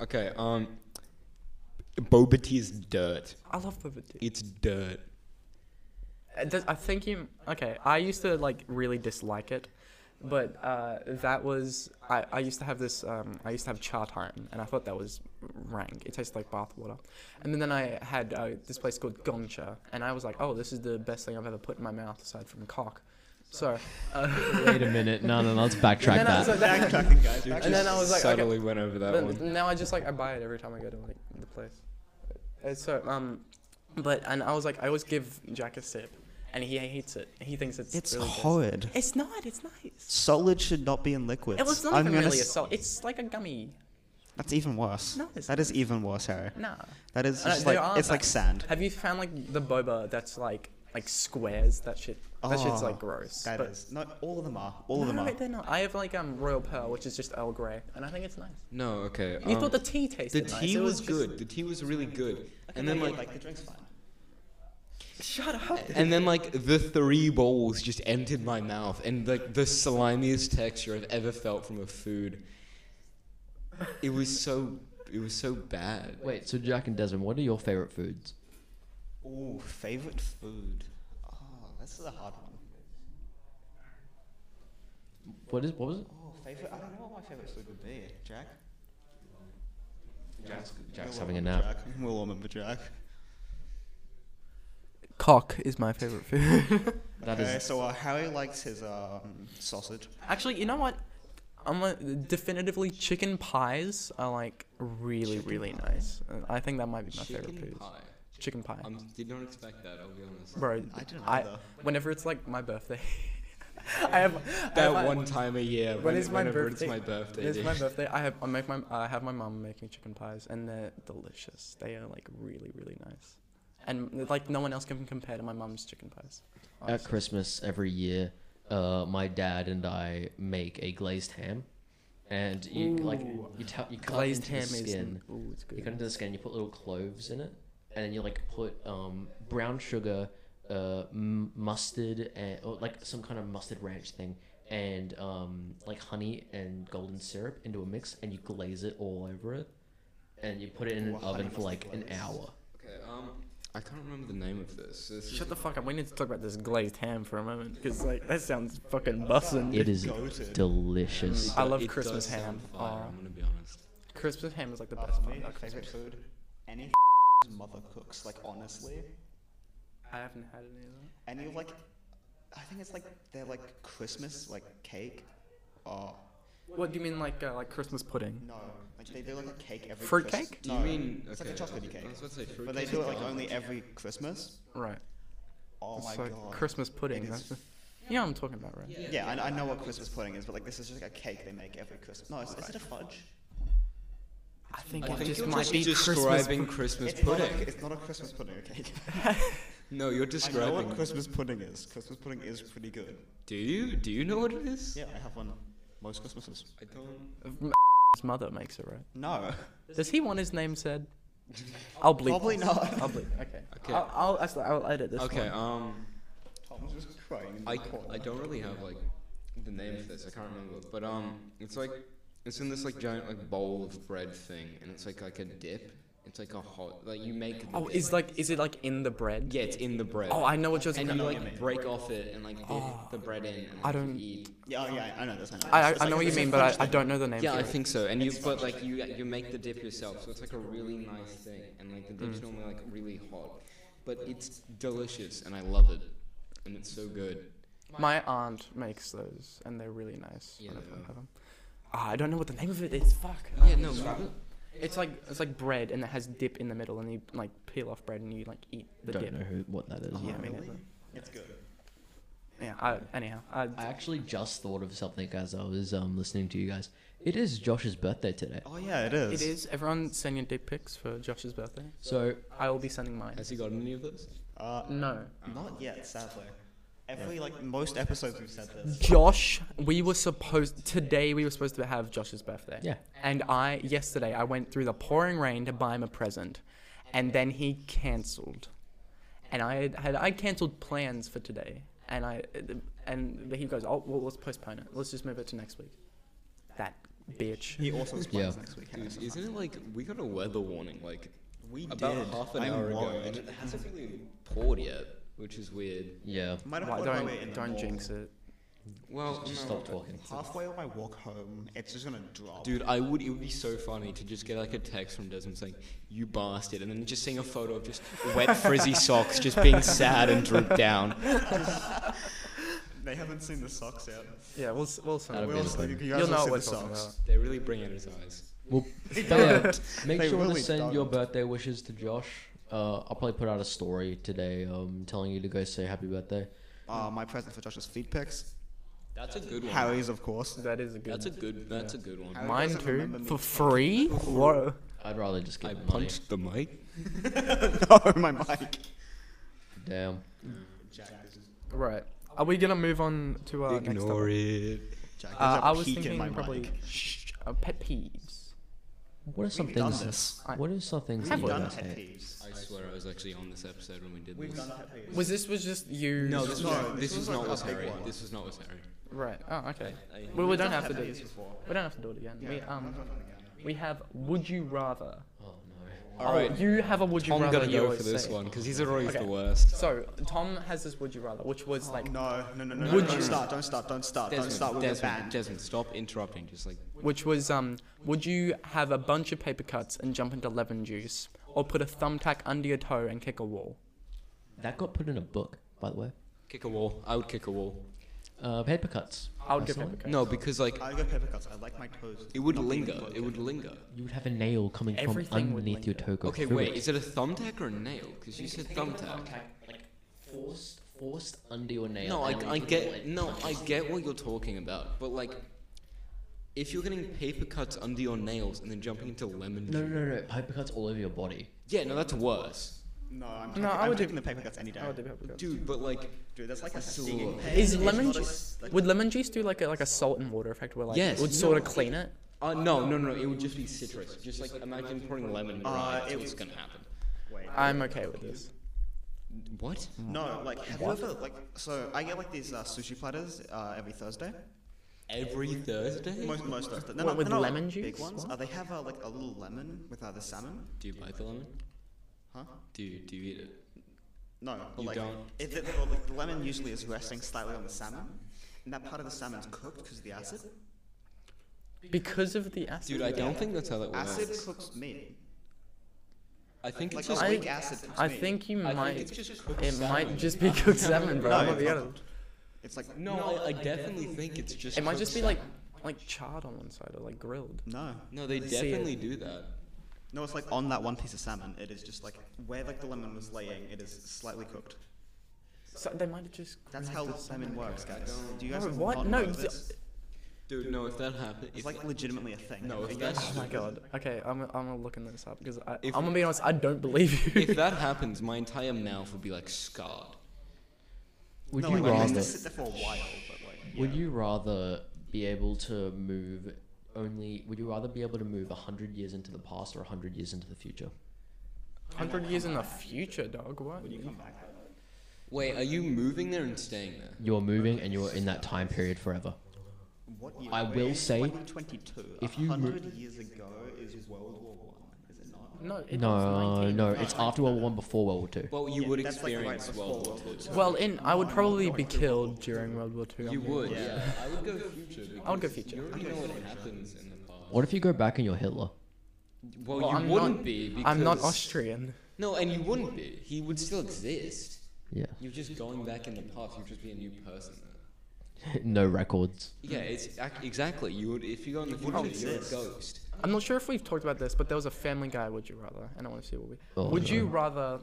Speaker 4: Okay. Um. Boba tea is dirt.
Speaker 1: I love boba tea.
Speaker 4: It's dirt.
Speaker 1: It Uh, does- I think you. Okay, I used to like really dislike it, but uh, that was I, I. used to have this. Um, I used to have char time, and I thought that was rank. It tasted like bathwater. And then, then I had uh, this place called Gongcha, and I was like, oh, this is the best thing I've ever put in my mouth aside from cock. So, uh,
Speaker 3: Wait a minute. No, no, no. Let's
Speaker 1: And
Speaker 3: backtrack
Speaker 1: then I
Speaker 3: that.
Speaker 1: was like, that-
Speaker 5: Backtracking, guys.
Speaker 4: Dude,
Speaker 1: And
Speaker 5: Backtracking.
Speaker 1: then
Speaker 4: just
Speaker 1: I was like, okay.
Speaker 4: subtly went over that
Speaker 1: but
Speaker 4: one.
Speaker 1: now I just like I buy it every time I go to like the place. It's so um, but and I was like, I always give Jack a sip, and he hates it. He thinks it's really gross. It's not. It's nice.
Speaker 5: Solid should not be in liquids.
Speaker 1: It was not
Speaker 5: I'm
Speaker 1: even
Speaker 5: gonna
Speaker 1: really a
Speaker 5: s-
Speaker 1: salt. It's like a gummy.
Speaker 5: That's even worse.
Speaker 1: No, it's
Speaker 5: that is even worse, Harry.
Speaker 1: Nah.
Speaker 5: That is
Speaker 1: Uh,
Speaker 5: just
Speaker 1: there
Speaker 5: like
Speaker 1: are
Speaker 5: it's like
Speaker 1: facts.
Speaker 5: sand.
Speaker 1: Have you found like the boba that's like like squares? That shit. That shit's like gross.
Speaker 5: Oh, That
Speaker 1: but
Speaker 5: is. No, all of them are. All of them
Speaker 1: no,
Speaker 5: are.
Speaker 1: they're not. I have like um royal pearl, which is just Earl Grey, and I think it's nice.
Speaker 4: No, okay.
Speaker 5: Oh.
Speaker 1: And you
Speaker 4: um,
Speaker 1: thought the tea
Speaker 4: the
Speaker 1: tasted nice.
Speaker 4: tea
Speaker 1: it
Speaker 4: was,
Speaker 1: just-
Speaker 4: good. The tea was really good. And then like,
Speaker 5: the drink's fine.
Speaker 1: Shut up.
Speaker 4: and then like the three bowls just entered my mouth, and like the slimiest texture I've ever felt from a food. It was so, it was so bad.
Speaker 3: Wait. So Jack and Desmond, what are your favorite foods?
Speaker 5: Ooh, favorite food. Oh, this is a hard one.
Speaker 3: What is? What was it?
Speaker 5: Oh, favorite. I don't know what my favorite food would be. Jack.
Speaker 3: Jack's,
Speaker 5: We'll
Speaker 3: having a
Speaker 5: remember
Speaker 3: nap.
Speaker 5: Jack. We'll remember Jack.
Speaker 1: Cock is my favorite food.
Speaker 3: That
Speaker 5: okay,
Speaker 3: is-
Speaker 5: so uh, Harry likes his um, sausage.
Speaker 1: Actually, you know what? I'm like, definitively chicken pies are like really really nice. Uh, I think that might be my favorite
Speaker 4: Chicken
Speaker 1: food.
Speaker 4: pie.
Speaker 1: Chicken pie.
Speaker 4: I did not expect that. I'll be honest.
Speaker 1: Bro,
Speaker 5: I don't know
Speaker 1: I-
Speaker 5: though.
Speaker 1: whenever it's like my birthday, I have I have
Speaker 4: That
Speaker 1: my-
Speaker 4: one time a year.
Speaker 1: When
Speaker 4: when-
Speaker 1: is my
Speaker 4: whenever
Speaker 1: birthday?
Speaker 4: It's my birthday.
Speaker 1: It's
Speaker 4: dude.
Speaker 1: my birthday. I have I make my I have my mum make me chicken pies, and they're delicious. They are like really really nice, and like no one else can compare to my mum's chicken pies.
Speaker 3: At
Speaker 1: honestly.
Speaker 3: Christmas every year, uh, my dad and I make a glazed ham, and you like
Speaker 1: Ooh.
Speaker 3: you, ta- you cut
Speaker 1: glazed
Speaker 3: into
Speaker 1: ham
Speaker 3: the
Speaker 1: is
Speaker 3: skin.
Speaker 1: ooh, it's good.
Speaker 3: You cut into the skin. You put little cloves in it, and then you like put um, brown sugar, uh, m- mustard, and or, like some kind of mustard ranch thing, and um, like honey and golden syrup into a mix, and you glaze it all over it, and you put it in an
Speaker 5: Ooh, honey
Speaker 3: oven for
Speaker 5: mustard
Speaker 3: like an
Speaker 5: glaze.
Speaker 3: hour.
Speaker 4: Okay, um, I can't remember the name of this. this is-
Speaker 1: Shut the fuck up. We need to talk about this glazed ham for a moment because like that sounds fucking bussin'.
Speaker 3: It is
Speaker 5: Goated.
Speaker 3: delicious.
Speaker 1: I
Speaker 4: do-
Speaker 1: love
Speaker 4: it does
Speaker 1: Christmas
Speaker 4: sound
Speaker 1: ham.
Speaker 4: fire,
Speaker 1: Aw.
Speaker 4: I'm gonna be honest.
Speaker 1: Christmas ham is like the
Speaker 5: Uh,
Speaker 1: best
Speaker 5: for
Speaker 1: part
Speaker 5: me,
Speaker 1: about
Speaker 5: favorite
Speaker 1: Christmas.
Speaker 5: food. Any mother cooks, like honestly.
Speaker 1: I haven't had any of that.
Speaker 5: Any like, I think it's like they're like Christmas like cake. Oh
Speaker 1: What do you mean like uh, like Christmas pudding?
Speaker 5: no, like they do like a cake every.
Speaker 1: Fruit
Speaker 5: Christ-
Speaker 1: cake?
Speaker 4: Do you
Speaker 5: no,
Speaker 4: mean okay,
Speaker 5: it's like a chocolatey cake?
Speaker 4: I was about to say fruit
Speaker 5: But they
Speaker 4: cake.
Speaker 5: do it like only every Christmas.
Speaker 1: Right.
Speaker 5: Oh
Speaker 1: it's
Speaker 5: my
Speaker 1: like
Speaker 5: god.
Speaker 1: Christmas pudding.
Speaker 5: It
Speaker 1: That's
Speaker 5: is
Speaker 1: the, you know what I'm talking about, right?
Speaker 5: Yeah, I, I know what Christmas pudding is, but like this is just like a cake they make every Christmas. No, is, is it a fudge?
Speaker 1: I think
Speaker 4: I
Speaker 1: it
Speaker 4: think
Speaker 1: just
Speaker 4: you're
Speaker 1: might
Speaker 4: just
Speaker 1: be Christmas.
Speaker 4: describing
Speaker 1: pu-
Speaker 4: Christmas
Speaker 5: it's
Speaker 4: pudding.
Speaker 5: Not a, it's not a Christmas pudding, okay?
Speaker 4: No, you're
Speaker 5: I know what
Speaker 4: describing.
Speaker 5: Christmas pudding is. Christmas pudding is pretty good.
Speaker 4: Do you do you know what it is?
Speaker 5: Yeah, I have one most Christmases.
Speaker 4: I don't.
Speaker 1: His mother makes it right.
Speaker 5: No,
Speaker 1: Does he want his name said? I'll bleep.
Speaker 5: probably
Speaker 1: this.
Speaker 5: not.
Speaker 1: I'll bleep. Okay.
Speaker 4: Okay.
Speaker 1: I'll, I'll, actually, I'll edit Uh, this.
Speaker 4: Okay.
Speaker 1: one.
Speaker 4: Um,
Speaker 5: Tom's just crying in the
Speaker 4: I
Speaker 5: corner.
Speaker 4: I don't really have like the name for this. I can't remember. But um, it's like it's in this like giant like bowl of bread thing, and it's like like a dip. It's like a hot like you make. the
Speaker 1: Oh,
Speaker 4: dip.
Speaker 1: is like is it like in the bread?
Speaker 4: yeah, it's in the bread.
Speaker 1: Oh, I know what you're
Speaker 4: and
Speaker 1: talking
Speaker 4: you
Speaker 1: about.
Speaker 4: like break off it and like dip
Speaker 1: Oh.
Speaker 4: the bread in. And,
Speaker 1: I
Speaker 4: like, you
Speaker 1: don't-
Speaker 4: eat.
Speaker 5: Yeah, oh, yeah, I know this. I know. This.
Speaker 1: I, I,
Speaker 5: It's
Speaker 1: I
Speaker 5: like-
Speaker 1: know what you
Speaker 5: it's
Speaker 1: mean,
Speaker 5: like
Speaker 1: but
Speaker 5: fudge
Speaker 1: I, I
Speaker 5: thing.
Speaker 1: don't know the name.
Speaker 4: Yeah,
Speaker 1: for
Speaker 4: I
Speaker 1: it.
Speaker 4: think so. And you but like you you make the dip yourself, so it's like a really nice thing. And like the dip's normally like really hot, but it's delicious and I love it, and it's so good.
Speaker 1: My aunt makes those, and they're really nice.
Speaker 4: Yeah,
Speaker 1: when
Speaker 4: they
Speaker 1: I
Speaker 4: are.
Speaker 1: have them. Ah, I don't know what the name of it is. Fuck.
Speaker 4: Yeah, no,
Speaker 1: It's like it's like bread, and it has dip in the middle, and you like peel off bread, and you like eat the
Speaker 3: Don't
Speaker 1: dip.
Speaker 3: know who what that is.
Speaker 1: Yeah, me
Speaker 5: really?
Speaker 1: neither.
Speaker 5: It's good.
Speaker 1: Yeah. I, anyhow, I,
Speaker 3: I actually just thought of something as I was um, listening to you guys. It is Josh's birthday today.
Speaker 5: Oh yeah, it is.
Speaker 1: it is. Everyone send your dick pics for Josh's birthday.
Speaker 3: So
Speaker 1: I will be sending mine.
Speaker 4: Has he got any of those?
Speaker 5: Uh,
Speaker 1: No.
Speaker 5: not yet, sadly. Every like most episodes we've said this.
Speaker 1: Josh, we were supposed today we were supposed to have Josh's birthday.
Speaker 3: Yeah.
Speaker 1: And I yesterday I went through the pouring rain to buy him a present, and then he cancelled, and I had, had I cancelled plans for today, and I and he goes, oh well, let's postpone it. Let's just move it to next week. That bitch.
Speaker 5: He also explains
Speaker 3: Yeah.
Speaker 5: next week.
Speaker 4: Dude, isn't it like we got a weather warning like
Speaker 5: We
Speaker 4: about
Speaker 5: did.
Speaker 4: half an
Speaker 5: I'm
Speaker 4: hour ago,
Speaker 5: worried.
Speaker 4: and it hasn't really poured yet, which is weird.
Speaker 3: yeah,
Speaker 5: Might have
Speaker 1: Why
Speaker 5: walked my way in
Speaker 1: don't
Speaker 5: the
Speaker 1: don't
Speaker 5: morning.
Speaker 1: jinx it.
Speaker 4: Well,
Speaker 3: just
Speaker 4: no,
Speaker 3: stop talking.
Speaker 5: Halfway on my walk home, it's just gonna drop.
Speaker 4: Dude, I would. It would be so funny to just get like a text from Desmond saying "you bastard," and then just seeing a photo of just wet frizzy socks, just being sad and drooped down.
Speaker 5: they haven't seen the socks yet.
Speaker 1: Yeah, we'll s- we'll send
Speaker 3: That'd
Speaker 1: it.
Speaker 3: be
Speaker 5: We'll
Speaker 3: the
Speaker 5: see-
Speaker 3: thing.
Speaker 5: you guys
Speaker 1: You'll
Speaker 5: will
Speaker 1: know
Speaker 5: see
Speaker 1: what we're
Speaker 5: the
Speaker 1: talking
Speaker 5: socks.
Speaker 1: about.
Speaker 4: They really bring out his eyes.
Speaker 3: Well, Bam, make
Speaker 5: They
Speaker 3: sure
Speaker 5: really
Speaker 3: to send your
Speaker 5: don't.
Speaker 3: birthday wishes to Josh. Uh, I'll probably put out a story today, um, telling you to go say happy birthday.
Speaker 5: Uh, my present for Josh's feed pics.
Speaker 4: That's a good one.
Speaker 5: Harry's, of course.
Speaker 1: That is a good.
Speaker 4: That's a good. That's a good one.
Speaker 5: Harry
Speaker 1: Mine
Speaker 5: doesn't remember
Speaker 1: too.
Speaker 5: me.
Speaker 1: For free? Whoa.
Speaker 3: I'd rather just
Speaker 4: I
Speaker 3: get the money.
Speaker 4: punched the mic.
Speaker 5: no, my mic.
Speaker 3: Damn.
Speaker 5: Jack, this is
Speaker 1: Right. Are we gonna move on to uh, next topic?
Speaker 4: it.
Speaker 5: Jack. there's
Speaker 1: Uh,
Speaker 5: a
Speaker 1: I was
Speaker 5: peak in
Speaker 1: thinking
Speaker 5: my
Speaker 1: probably
Speaker 5: mic.
Speaker 1: sh- uh, pet peeves.
Speaker 3: What are some
Speaker 5: We've done
Speaker 3: things?
Speaker 5: this.
Speaker 1: I-
Speaker 3: What are some things that
Speaker 5: We've
Speaker 3: you
Speaker 5: done
Speaker 3: guys
Speaker 5: pet
Speaker 3: hate?
Speaker 5: peeves.
Speaker 4: I swear I was actually on this episode when we did
Speaker 5: We've
Speaker 4: this.
Speaker 5: done pet peeves.
Speaker 1: Was this was just you?
Speaker 4: No, this was
Speaker 5: No,
Speaker 4: this,
Speaker 5: this was
Speaker 4: was
Speaker 5: like
Speaker 4: not
Speaker 5: a
Speaker 4: with
Speaker 5: big
Speaker 4: Harry.
Speaker 5: one.
Speaker 4: This was not with Harry.
Speaker 1: right. Oh, okay.
Speaker 4: I-
Speaker 1: Well, we
Speaker 5: We've
Speaker 1: don't
Speaker 5: done
Speaker 1: have to
Speaker 5: pet
Speaker 1: do
Speaker 5: peeves
Speaker 1: this.
Speaker 5: before.
Speaker 1: We don't have to do it again. We um, we have would you rather.
Speaker 3: Oh no.
Speaker 4: All right,
Speaker 1: Oh, you have a would you
Speaker 4: Tom
Speaker 1: rather.
Speaker 4: gotta
Speaker 1: you
Speaker 4: go
Speaker 1: always
Speaker 4: for this
Speaker 1: say.
Speaker 4: one because he's always
Speaker 1: Okay.
Speaker 4: the worst.
Speaker 1: So Tom has this would you rather, which was like,
Speaker 5: Oh, No, no, no, no.
Speaker 1: Would
Speaker 5: no,
Speaker 1: you-
Speaker 5: don't start, don't start, don't start,
Speaker 4: Desmond,
Speaker 5: don't start with the
Speaker 4: Desmond,
Speaker 5: band.
Speaker 4: Desmond, stop interrupting. Just like
Speaker 1: which was um, would you have a bunch of paper cuts and jump into lemon juice, or put a thumbtack under your toe and kick a wall?
Speaker 3: That got put in a book, by the way.
Speaker 4: kick a wall. I would kick a wall.
Speaker 3: Uh, paper cuts.
Speaker 1: I would give
Speaker 3: Personally,
Speaker 1: paper cuts.
Speaker 4: No, because like
Speaker 5: I got paper cuts. I like my toes.
Speaker 4: it would
Speaker 5: not being
Speaker 4: linger. It
Speaker 5: broken.
Speaker 4: would linger.
Speaker 3: You would have a nail coming from
Speaker 1: Everything would
Speaker 3: underneath your
Speaker 1: linger.
Speaker 3: toe. go
Speaker 4: Okay,
Speaker 3: through
Speaker 4: wait.
Speaker 3: it.
Speaker 4: Is it a thumbtack or a nail? Because you said thumbtack.
Speaker 3: like forced forced under your nail.
Speaker 4: No, I,
Speaker 3: and
Speaker 4: I
Speaker 3: you pull
Speaker 4: get
Speaker 3: it.
Speaker 4: no, I get what you're talking about, but like, if you're getting paper cuts under your nails and then jumping into lemon
Speaker 3: No,
Speaker 4: juice,
Speaker 3: no, no, no. Paper cuts all over your body.
Speaker 4: yeah, no, that's worse,
Speaker 5: No, I'm,
Speaker 1: No, I
Speaker 5: I'm
Speaker 1: would do-
Speaker 5: taking the paper cuts any day.
Speaker 1: I would do paper cuts.
Speaker 4: dude. But like,
Speaker 5: Dude, that's like a
Speaker 4: Sure.
Speaker 5: stinging pain.
Speaker 1: Is
Speaker 5: It's
Speaker 1: lemon
Speaker 5: not a-
Speaker 1: juice?
Speaker 5: like-
Speaker 1: Would lemon juice do like a, like a salt and water effect where like
Speaker 4: Yes.
Speaker 1: it would sort of clean it?
Speaker 4: uh, no, no, no, it would just be citrus. Just like imagine pouring lemon.
Speaker 5: Uh,
Speaker 4: Uh,
Speaker 5: it
Speaker 4: it's
Speaker 5: was-
Speaker 4: what's gonna happen.
Speaker 5: Wait.
Speaker 1: I'm okay with this.
Speaker 4: What?
Speaker 5: No, like have you ever like so I get like these uh, sushi platters uh, every Thursday.
Speaker 4: Every Thursday?
Speaker 5: Most most Thursday. They're
Speaker 1: What,
Speaker 5: not-
Speaker 1: with
Speaker 5: they're not
Speaker 1: lemon
Speaker 5: Big
Speaker 1: juice?
Speaker 5: ones.
Speaker 1: What?
Speaker 5: Uh, they have uh, like a little lemon with uh, the salmon.
Speaker 4: Do you bite the lemon?
Speaker 5: Huh?
Speaker 4: Do you, do you eat it?
Speaker 5: No, but
Speaker 4: You
Speaker 5: like,
Speaker 4: don't.
Speaker 5: It, the, well, like, the lemon usually is resting slightly on the salmon, and that part of the salmon's cooked because of the acid.
Speaker 1: Oh, Because of the acid.
Speaker 4: Dude, I don't think that's how that works.
Speaker 5: Acid cooks meat.
Speaker 4: I think
Speaker 5: Like
Speaker 4: it's
Speaker 5: just
Speaker 4: just.
Speaker 1: I-
Speaker 5: weak acid cooks
Speaker 1: I
Speaker 5: meat.
Speaker 1: think you
Speaker 4: I think
Speaker 1: might.
Speaker 4: it's just cooked
Speaker 1: it might
Speaker 4: salmon.
Speaker 1: just be cooked salmon, bro.
Speaker 5: No,
Speaker 1: I'm gonna
Speaker 5: it's
Speaker 1: be
Speaker 5: not
Speaker 1: honest.
Speaker 5: it's like
Speaker 4: No, I, I definitely think it's just.
Speaker 1: It might just
Speaker 4: cooked
Speaker 1: be like
Speaker 4: salmon.
Speaker 1: like charred on one side or like grilled.
Speaker 5: no,
Speaker 4: No, they
Speaker 1: They see it.
Speaker 4: definitely do that.
Speaker 5: no. It's like on that one piece of salmon. It is just like where like the lemon was laying. It is slightly cooked.
Speaker 1: So they might have just.
Speaker 5: That's how
Speaker 1: grilled the
Speaker 5: salmon works, guys. Do you
Speaker 1: No,
Speaker 5: guys have
Speaker 1: what?
Speaker 5: not
Speaker 1: No,
Speaker 5: know
Speaker 1: d-
Speaker 5: this?
Speaker 4: Dude, no, if that happened,
Speaker 5: It's like legitimately a thing.
Speaker 4: No,
Speaker 5: Are
Speaker 4: if
Speaker 5: you
Speaker 4: that's-
Speaker 5: guys-
Speaker 1: Oh my god. Okay, I'm I'm gonna looking this up because I, I'm
Speaker 4: If-
Speaker 1: gonna be honest. I don't believe you.
Speaker 4: if that happens, my entire mouth would be like scarred.
Speaker 3: Would
Speaker 5: no,
Speaker 3: you
Speaker 5: like,
Speaker 3: rather?
Speaker 5: It sit there for a while, but like.
Speaker 3: Would you rather be able to move only? Would you rather be able to move hundred years into the past or hundred years into the future?
Speaker 1: Hundred years in the future, dog. What?
Speaker 5: When you come back, though.
Speaker 4: Wait, are you moving there and staying there?
Speaker 3: You're moving and you're in that time period forever.
Speaker 5: What year?
Speaker 3: I
Speaker 5: We're
Speaker 3: will
Speaker 5: in
Speaker 3: say,
Speaker 5: 2022.
Speaker 3: if you mo-
Speaker 5: 100 years ago is World War One, is it not?
Speaker 1: No, it was
Speaker 3: No,
Speaker 1: 19.
Speaker 3: no, it's after World War One, before World War Two.
Speaker 4: Well, you
Speaker 5: Yeah,
Speaker 4: would
Speaker 5: that's like right
Speaker 4: experience
Speaker 5: before
Speaker 4: World War
Speaker 5: World War
Speaker 4: Two.
Speaker 1: Well, in I would probably be killed during World War Two.
Speaker 4: You
Speaker 1: I'm-
Speaker 4: would, yeah. I would go future.
Speaker 1: I would go
Speaker 4: because
Speaker 1: future.
Speaker 4: You already know what happens in the past.
Speaker 3: What if you go back and you're Hitler?
Speaker 4: Well,
Speaker 1: Well,
Speaker 4: you
Speaker 1: I'm
Speaker 4: wouldn't
Speaker 1: not-
Speaker 4: be because
Speaker 1: I'm not Austrian.
Speaker 4: No, and you wouldn't be. He would still exist.
Speaker 3: Yeah.
Speaker 4: You're just going back in the past. You'd just be a new person. There.
Speaker 3: no records.
Speaker 4: Yeah, it's ac- exactly. You would if you go in the future,
Speaker 5: wouldn't
Speaker 4: you're a
Speaker 5: exist.
Speaker 4: ghost.
Speaker 1: I'm not sure if we've talked about this, but there was a Family Guy. Would you rather? And I want to see what we.
Speaker 3: Oh,
Speaker 1: would you
Speaker 3: no.
Speaker 1: rather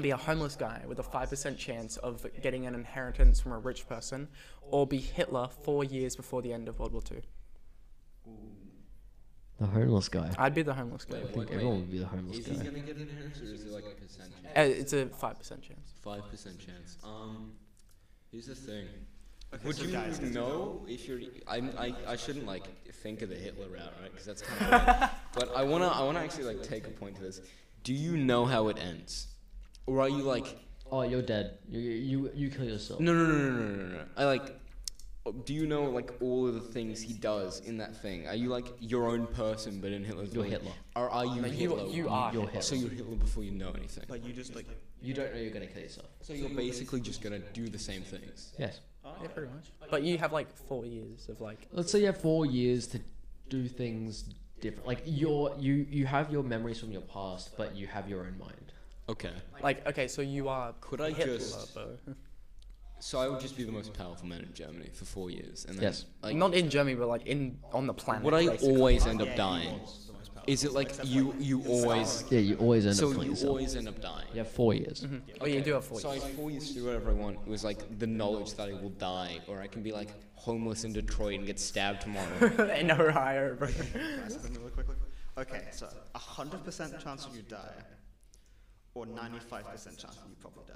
Speaker 1: be a homeless guy with a five percent chance of getting an inheritance from a rich person, or be Hitler four years before the end of World War Two?
Speaker 3: The homeless guy.
Speaker 1: I'd be the homeless guy.
Speaker 4: Wait,
Speaker 3: I
Speaker 4: wait,
Speaker 3: think
Speaker 4: wait.
Speaker 3: everyone would be the homeless
Speaker 4: Is he
Speaker 3: guy.
Speaker 4: gonna get an inheritance, or is it like a percent
Speaker 1: Uh,
Speaker 4: chance?
Speaker 1: it's a five percent chance.
Speaker 4: Five percent chance. Um, here's the thing.
Speaker 5: Okay,
Speaker 4: Would
Speaker 5: so
Speaker 4: you
Speaker 5: guys,
Speaker 4: know if you're? I'm, I I shouldn't like think of the Hitler route, right? Because that's kind of. but I wanna I wanna actually like take a point to this. Do you know how it ends, or are you like
Speaker 3: Oh, you're dead. You you you kill yourself.
Speaker 4: no no no no no no no? I like. Do you know like all of the things he does in that thing? Are you like your own person, but in Hitler's?
Speaker 3: You're
Speaker 4: way?
Speaker 3: Hitler.
Speaker 4: Or are you
Speaker 1: No,
Speaker 4: Hitler?
Speaker 1: you, you are.
Speaker 3: You're
Speaker 1: Hitler.
Speaker 4: So you're Hitler before you know anything.
Speaker 5: But you just like.
Speaker 3: You don't know you're gonna kill yourself.
Speaker 4: So you're basically just gonna do the same things.
Speaker 3: Yes.
Speaker 1: Yeah, pretty much. But you have like four years of like.
Speaker 3: Let's say you have four years to do things different. Like your you you have your memories from your past, but you have your own mind.
Speaker 4: Okay.
Speaker 1: Like okay, so you are.
Speaker 4: Could I
Speaker 1: Hitler,
Speaker 4: just-
Speaker 1: bro.
Speaker 4: So I would just be the most powerful man in Germany for four years, and then
Speaker 3: Yes.
Speaker 4: like
Speaker 1: Not in Germany, but like in on the planet.
Speaker 4: would I
Speaker 1: basically.
Speaker 4: always end up
Speaker 5: Yeah,
Speaker 4: dying?
Speaker 5: Hitler's the most powerful.
Speaker 4: Is it like you you always
Speaker 3: Yeah, you always end
Speaker 4: so
Speaker 3: up killing
Speaker 4: you
Speaker 3: yourself.
Speaker 4: always end up dying?
Speaker 3: You have four years.
Speaker 1: Oh, you do have four
Speaker 4: So I
Speaker 1: years.
Speaker 4: had four years to do whatever I want. It was like the knowledge that I will die, or I can be like homeless in Detroit and get stabbed tomorrow.
Speaker 1: in Ohio, bro.
Speaker 5: Guys, let me look quickly. Okay, so a hundred percent chance of you die, or ninety-five percent chance of you probably die.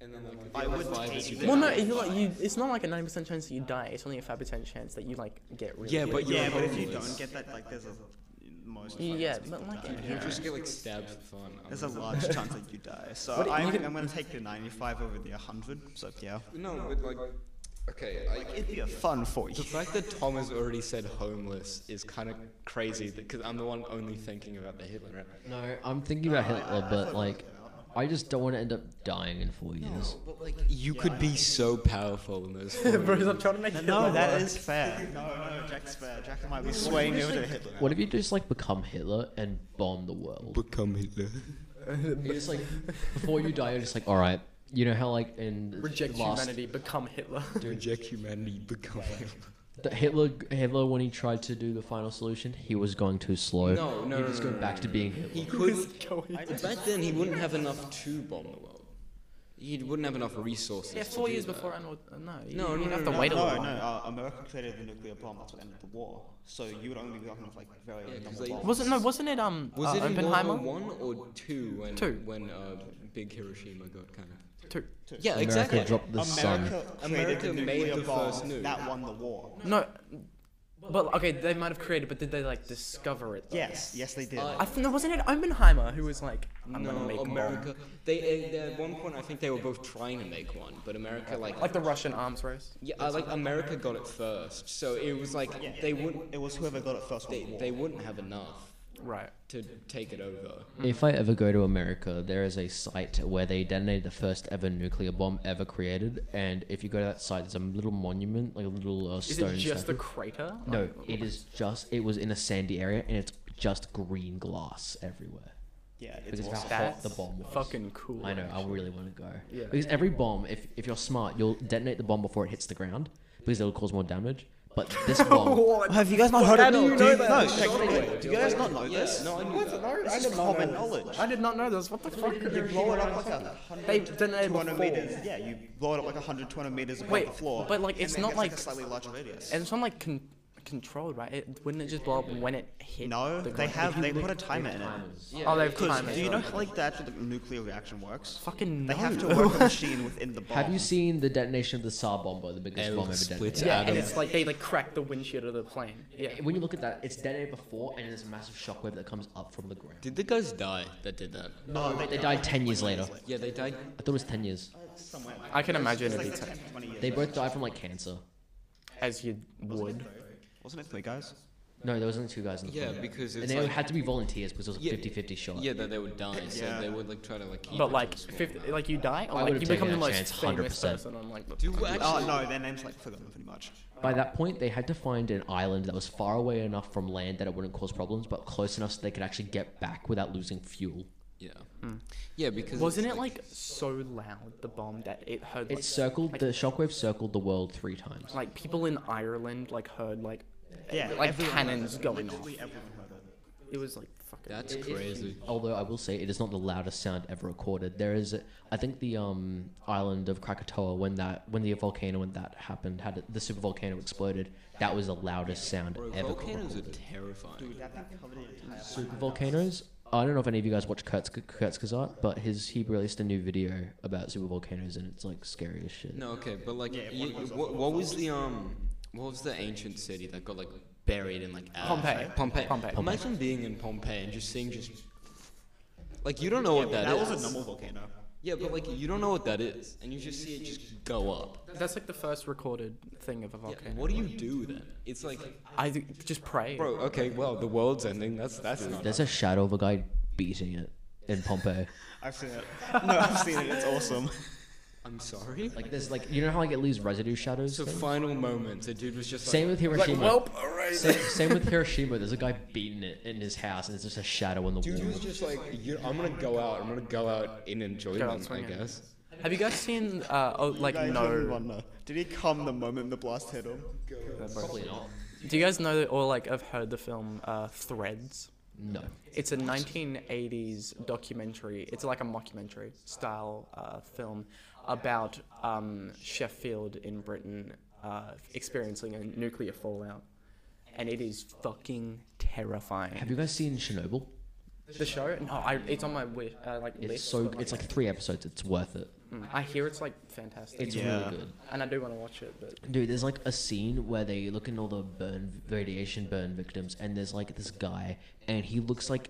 Speaker 4: and then like
Speaker 5: I would
Speaker 4: five
Speaker 5: take
Speaker 4: is you
Speaker 5: the-
Speaker 4: die.
Speaker 1: Well, no, if you like, you, it's not like a ninety percent chance that you die. It's only a five percent chance that you like get really.
Speaker 4: Yeah,
Speaker 1: ill.
Speaker 4: but you're
Speaker 5: yeah, but if you don't
Speaker 4: homeless.
Speaker 5: get that, like, there's a most.
Speaker 1: yeah,
Speaker 5: likely
Speaker 1: but
Speaker 5: people
Speaker 1: like
Speaker 5: die.
Speaker 1: in
Speaker 4: You
Speaker 1: here,
Speaker 4: just get like stabbed for fun. I'm
Speaker 5: There's a
Speaker 4: not-
Speaker 5: large chance that you die. So
Speaker 1: What do you-
Speaker 5: I'm,
Speaker 1: you can-
Speaker 5: I'm gonna take the ninety-five over the hundred. So yeah,
Speaker 4: no, but like okay, I,
Speaker 5: it'd be a fun for you.
Speaker 4: The fact that Tom has already said homeless is kind of crazy because I'm the one only thinking about the Hitler. Right?
Speaker 3: No, I'm thinking about Hitler, but like, I just don't want to end up dying in four years.
Speaker 4: But like, you could be so powerful in those.
Speaker 1: bro, I'm trying to make
Speaker 5: No, that is fair. No, no, Jack's fair. Jack might be swaying you to Hitler.
Speaker 3: What if you just like become Hitler and bomb the world?
Speaker 4: Become Hitler.
Speaker 3: You're just like before you die, you're just like, all right. You know how like in
Speaker 1: reject
Speaker 3: last,
Speaker 1: humanity, become Hitler.
Speaker 4: Reject humanity. Become Hitler.
Speaker 3: that Hitler Hitler when he tried to do the final solution, he was going too slow.
Speaker 4: No, no,
Speaker 3: he
Speaker 4: no,
Speaker 3: just
Speaker 4: no,
Speaker 3: go
Speaker 4: no,
Speaker 3: back to being Hitler.
Speaker 4: He could. Back then, he wouldn't have enough to bomb the world. You wouldn't have enough resources.
Speaker 1: Yeah,
Speaker 4: to
Speaker 1: four
Speaker 4: do
Speaker 1: years
Speaker 4: that.
Speaker 1: before I know. No, you,
Speaker 4: No,
Speaker 1: you'd
Speaker 4: no,
Speaker 1: have
Speaker 4: no,
Speaker 1: to wait a
Speaker 5: no,
Speaker 1: little
Speaker 5: no.
Speaker 1: while.
Speaker 5: Uh, America created the nuclear bomb. That's what ended the war. So you would only be talking of like very
Speaker 4: Yeah, 'cause
Speaker 5: normal
Speaker 4: they-
Speaker 5: bombs.
Speaker 1: Wasn't no? Wasn't it um?
Speaker 4: Was
Speaker 1: uh,
Speaker 4: it in
Speaker 1: Oppenheimer?
Speaker 4: World War One or two when
Speaker 1: Two.
Speaker 4: when uh, Big Hiroshima got kind of?
Speaker 1: Two.
Speaker 4: Yeah,
Speaker 3: America
Speaker 4: exactly.
Speaker 3: dropped the sun.
Speaker 5: America, created
Speaker 4: America
Speaker 5: the
Speaker 4: made
Speaker 5: nuclear
Speaker 4: the
Speaker 5: bomb
Speaker 4: first nuke.
Speaker 5: that won the war.
Speaker 1: No, but okay, they might have created, but did they like discover it? Though?
Speaker 5: Yes, yes, they did.
Speaker 4: Uh,
Speaker 1: I think wasn't it Oppenheimer who was like, I'm gonna make
Speaker 4: No,
Speaker 1: one.
Speaker 4: America. They uh, they- at one point I think they were both trying to make one, but America like
Speaker 1: like the Russian arms race.
Speaker 4: yeah, uh, like America got it first, so it was like they wouldn't
Speaker 5: it was whoever got it first won
Speaker 4: they,
Speaker 5: the war.
Speaker 4: they wouldn't have enough
Speaker 1: Right.
Speaker 4: to take it over.
Speaker 3: If I ever go to America, there is a site where they detonated the first ever nuclear bomb ever created, and if you go to that site, there's a little monument, like a little uh,
Speaker 1: Is
Speaker 3: stone.
Speaker 1: it just
Speaker 3: statue.
Speaker 1: the crater?
Speaker 3: No,
Speaker 1: Like-
Speaker 3: it is just. It was in a sandy area, and it's just green glass everywhere
Speaker 5: yeah, it's
Speaker 3: because of how
Speaker 5: awesome.
Speaker 3: hot
Speaker 1: That's
Speaker 3: the bomb was.
Speaker 1: fucking cool.
Speaker 3: I know. I
Speaker 1: actually.
Speaker 3: really want to go.
Speaker 1: Yeah.
Speaker 3: Because every bomb, if if you're smart, you'll detonate the bomb before it hits the ground because it'll cause more damage. But this bomb,
Speaker 5: Have you guys not heard of
Speaker 1: do you
Speaker 5: Do
Speaker 1: know
Speaker 5: you-
Speaker 1: that?
Speaker 5: No,
Speaker 1: It's
Speaker 5: check
Speaker 1: not
Speaker 5: it out. Do you guys not know
Speaker 4: Yes,
Speaker 5: this?
Speaker 4: no, I knew that.
Speaker 5: This is common knowledge.
Speaker 1: I did not know this. What the fuck?
Speaker 5: You blow it up like a
Speaker 1: They
Speaker 5: 100,
Speaker 1: detonated
Speaker 5: 200
Speaker 1: before.
Speaker 5: meters. Yeah, you blow it up like 100, 200 meters above
Speaker 1: Wait,
Speaker 5: the floor.
Speaker 1: but, like,
Speaker 5: and
Speaker 1: it's
Speaker 5: then
Speaker 1: not
Speaker 5: gets,
Speaker 1: like-
Speaker 5: a slightly larger radius.
Speaker 1: And it's not like con- controlled, right? It, wouldn't it just blow up when it hit?
Speaker 5: no,
Speaker 1: the
Speaker 5: they
Speaker 1: ground?
Speaker 5: have they put a timer in it.
Speaker 1: Oh, they've
Speaker 5: Because
Speaker 1: timed it.
Speaker 5: do you know how like the actual nuclear reaction works?
Speaker 1: Fucking
Speaker 5: They have to
Speaker 1: no.
Speaker 5: work the machine within the bomb.
Speaker 3: have you seen the detonation of the Tsar bomber, the biggest
Speaker 4: And
Speaker 3: bomb ever
Speaker 4: splits
Speaker 3: detonated?
Speaker 1: Yeah, and
Speaker 4: Adam.
Speaker 1: it's like they like crack the windshield of the plane. Yeah.
Speaker 3: When you look at that, it's detonated before, and there's a massive shockwave that comes up from the ground.
Speaker 4: Did the guys die that did that?
Speaker 3: No, they, died ten years later.
Speaker 4: Yeah, they died.
Speaker 3: I thought it was ten years.
Speaker 5: Somewhere.
Speaker 1: I can imagine
Speaker 5: It's
Speaker 1: if
Speaker 5: like
Speaker 1: you
Speaker 5: the
Speaker 1: took
Speaker 5: 10, 20 years
Speaker 3: They
Speaker 5: ago.
Speaker 3: both died from like cancer.
Speaker 1: as you would.
Speaker 5: Wasn't it three guys?
Speaker 3: No, there was only two guys in the
Speaker 4: Yeah,
Speaker 3: plane.
Speaker 4: because
Speaker 3: and
Speaker 4: it's
Speaker 3: they
Speaker 4: like-
Speaker 3: had to be volunteers because it was a
Speaker 4: Yeah.
Speaker 3: 50-50 shot.
Speaker 4: Yeah, that they would die. So
Speaker 5: Yeah.
Speaker 4: they would like try to like. keep it
Speaker 1: But
Speaker 4: to
Speaker 1: like,
Speaker 4: a small
Speaker 1: 50,
Speaker 4: amount.
Speaker 1: like you die, or
Speaker 3: I
Speaker 1: like
Speaker 3: would've
Speaker 1: you become the
Speaker 3: taken that
Speaker 1: most
Speaker 3: chance,
Speaker 1: famous
Speaker 3: 100%.
Speaker 1: person on like the.
Speaker 4: Do actually?
Speaker 5: Oh no, their names like forgotten pretty much.
Speaker 3: By that point, they had to find an island that was far away enough from land that it wouldn't cause problems, but close enough so they could actually get back without losing fuel.
Speaker 4: Yeah. Yeah, because
Speaker 1: Hmm. Wasn't
Speaker 4: it's
Speaker 1: it like so loud the bomb that it heard?
Speaker 3: It
Speaker 1: Like,
Speaker 3: circled the shockwave circled the world three times.
Speaker 1: like people in Ireland like heard like
Speaker 5: Yeah,
Speaker 1: like
Speaker 5: everyone-
Speaker 1: cannons going off.
Speaker 5: Literally everyone heard it.
Speaker 1: It was like fucking.
Speaker 4: That's crazy.
Speaker 3: Although I will say it is not the loudest sound ever recorded. There is, I think, the um island of Krakatoa when that when the volcano when that happened had the super volcano exploded. That was the loudest sound
Speaker 4: Bro,
Speaker 3: ever
Speaker 4: volcanoes are
Speaker 3: recorded.
Speaker 4: terrifying.
Speaker 5: That thing covered it entire
Speaker 3: Super volcanoes. I don't know if any of you guys watch Kurtz Kurtz's art, but his he released a new video about super volcanoes and it's like scary as shit.
Speaker 4: No, okay, but like, you, what, what was the um, what was the ancient city that got like buried in like ash?
Speaker 1: Pompeii.
Speaker 4: Pompeii.
Speaker 1: Pompeii.
Speaker 4: Imagine being in Pompeii and just seeing just like you don't know what
Speaker 5: That
Speaker 4: is.
Speaker 5: was a normal volcano.
Speaker 4: Yeah, but like you don't know what that is, and you just see it just go up.
Speaker 1: That's like the first recorded thing of a
Speaker 4: Yeah,
Speaker 1: volcano.
Speaker 4: what do you do then? It's like,
Speaker 1: I do- just pray.
Speaker 4: bro, okay, well the world's ending. That's that's not.
Speaker 3: There's a shadow of a guy beating it in Pompeii.
Speaker 5: I've seen it. No, I've seen it. It's awesome.
Speaker 4: I'm sorry.
Speaker 3: like there's like you know how like it leaves residue shadows.
Speaker 4: So
Speaker 3: thing?
Speaker 4: final moments, a dude was just like,
Speaker 3: Same with Hiroshima.
Speaker 1: alright.
Speaker 3: same, same with Hiroshima. There's a guy beating it in his house, and it's just a shadow on the
Speaker 4: Dude
Speaker 3: wall.
Speaker 4: was just like, you, I'm gonna go out. I'm gonna go out in
Speaker 1: Go out
Speaker 4: enjoyment, I
Speaker 1: swinging.
Speaker 4: guess.
Speaker 1: Have you guys seen uh oh like
Speaker 5: Guys,
Speaker 1: no?
Speaker 5: everyone know. Did he come the moment the blast hit him?
Speaker 3: Probably not.
Speaker 1: Do you guys know or like I've heard the film uh Threads?
Speaker 3: No.
Speaker 1: It's a 1980s documentary. It's like a mockumentary style uh, film about um, Sheffield in Britain uh, experiencing a nuclear fallout, and it is fucking
Speaker 3: Have
Speaker 1: terrifying.
Speaker 3: you guys seen Chernobyl?
Speaker 1: The show? No, I, it's on my wi- uh, like
Speaker 3: It's
Speaker 1: list.
Speaker 3: so. It's like three episodes. It's worth it.
Speaker 1: Mm, I hear it's like fantastic,
Speaker 3: It's
Speaker 5: Yeah.
Speaker 3: really good.
Speaker 1: and I do want to watch it. But
Speaker 3: Dude, there's like a scene where they look in all the burn radiation burn victims, and there's like this guy, and he looks like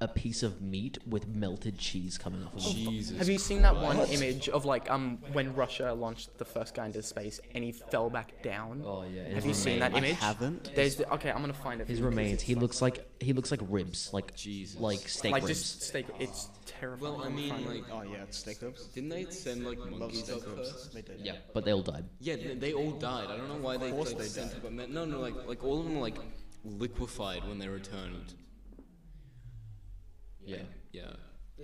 Speaker 3: a piece of meat with melted cheese coming off of him.
Speaker 4: Jesus.
Speaker 1: have you seen that one
Speaker 4: Christ.
Speaker 1: image of like um when Russia launched the first guy into space and he fell back down?
Speaker 3: Oh yeah. and
Speaker 1: Have you
Speaker 3: his
Speaker 1: seen that
Speaker 3: remains-
Speaker 1: image?
Speaker 5: haven't.
Speaker 1: There's the, okay. I'm gonna find it. for
Speaker 3: His
Speaker 1: you 'cause
Speaker 3: remains.
Speaker 1: it's
Speaker 3: He
Speaker 1: like-
Speaker 3: looks like he looks like ribs, like
Speaker 4: Jesus.
Speaker 3: like steak
Speaker 1: like
Speaker 3: ribs.
Speaker 1: just steak. It's terrifying.
Speaker 4: Well, I mean, like,
Speaker 5: Oh yeah, it's steak ribs.
Speaker 4: didn't they send like
Speaker 5: Love
Speaker 4: monkeys
Speaker 5: steak
Speaker 4: up
Speaker 5: ribs.
Speaker 4: first?
Speaker 5: They did.
Speaker 3: yeah, but they all died.
Speaker 4: Yeah, they, they all died. I don't know why they like, sent up. a ma- No, no, like, like all of them were, like liquefied when they returned.
Speaker 3: Yeah.
Speaker 4: Yeah.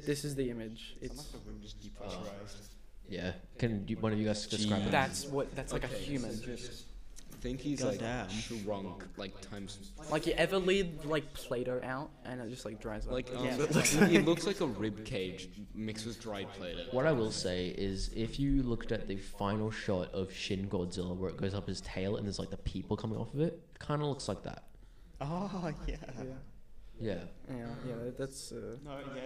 Speaker 1: this is the image. It's
Speaker 5: The room just depressurized.
Speaker 3: Yeah. Can you, one of you guys describe it?
Speaker 1: that's what that's like a human.
Speaker 4: think he's
Speaker 2: Goddamn.
Speaker 4: like shrunk, like times.
Speaker 1: Like you ever leave like Play-Doh out and it just like dries up?
Speaker 4: Like um,
Speaker 5: Yeah.
Speaker 4: it looks- it looks like a rib cage mixed with dried Play-Doh.
Speaker 3: What I will say is, if you looked at the final shot of Shin Godzilla, where it goes up his tail and there's like the people coming off of it, kind of looks like that.
Speaker 5: Oh yeah.
Speaker 3: Yeah.
Speaker 1: yeah, yeah, that- that's. Uh,
Speaker 5: No, yeah,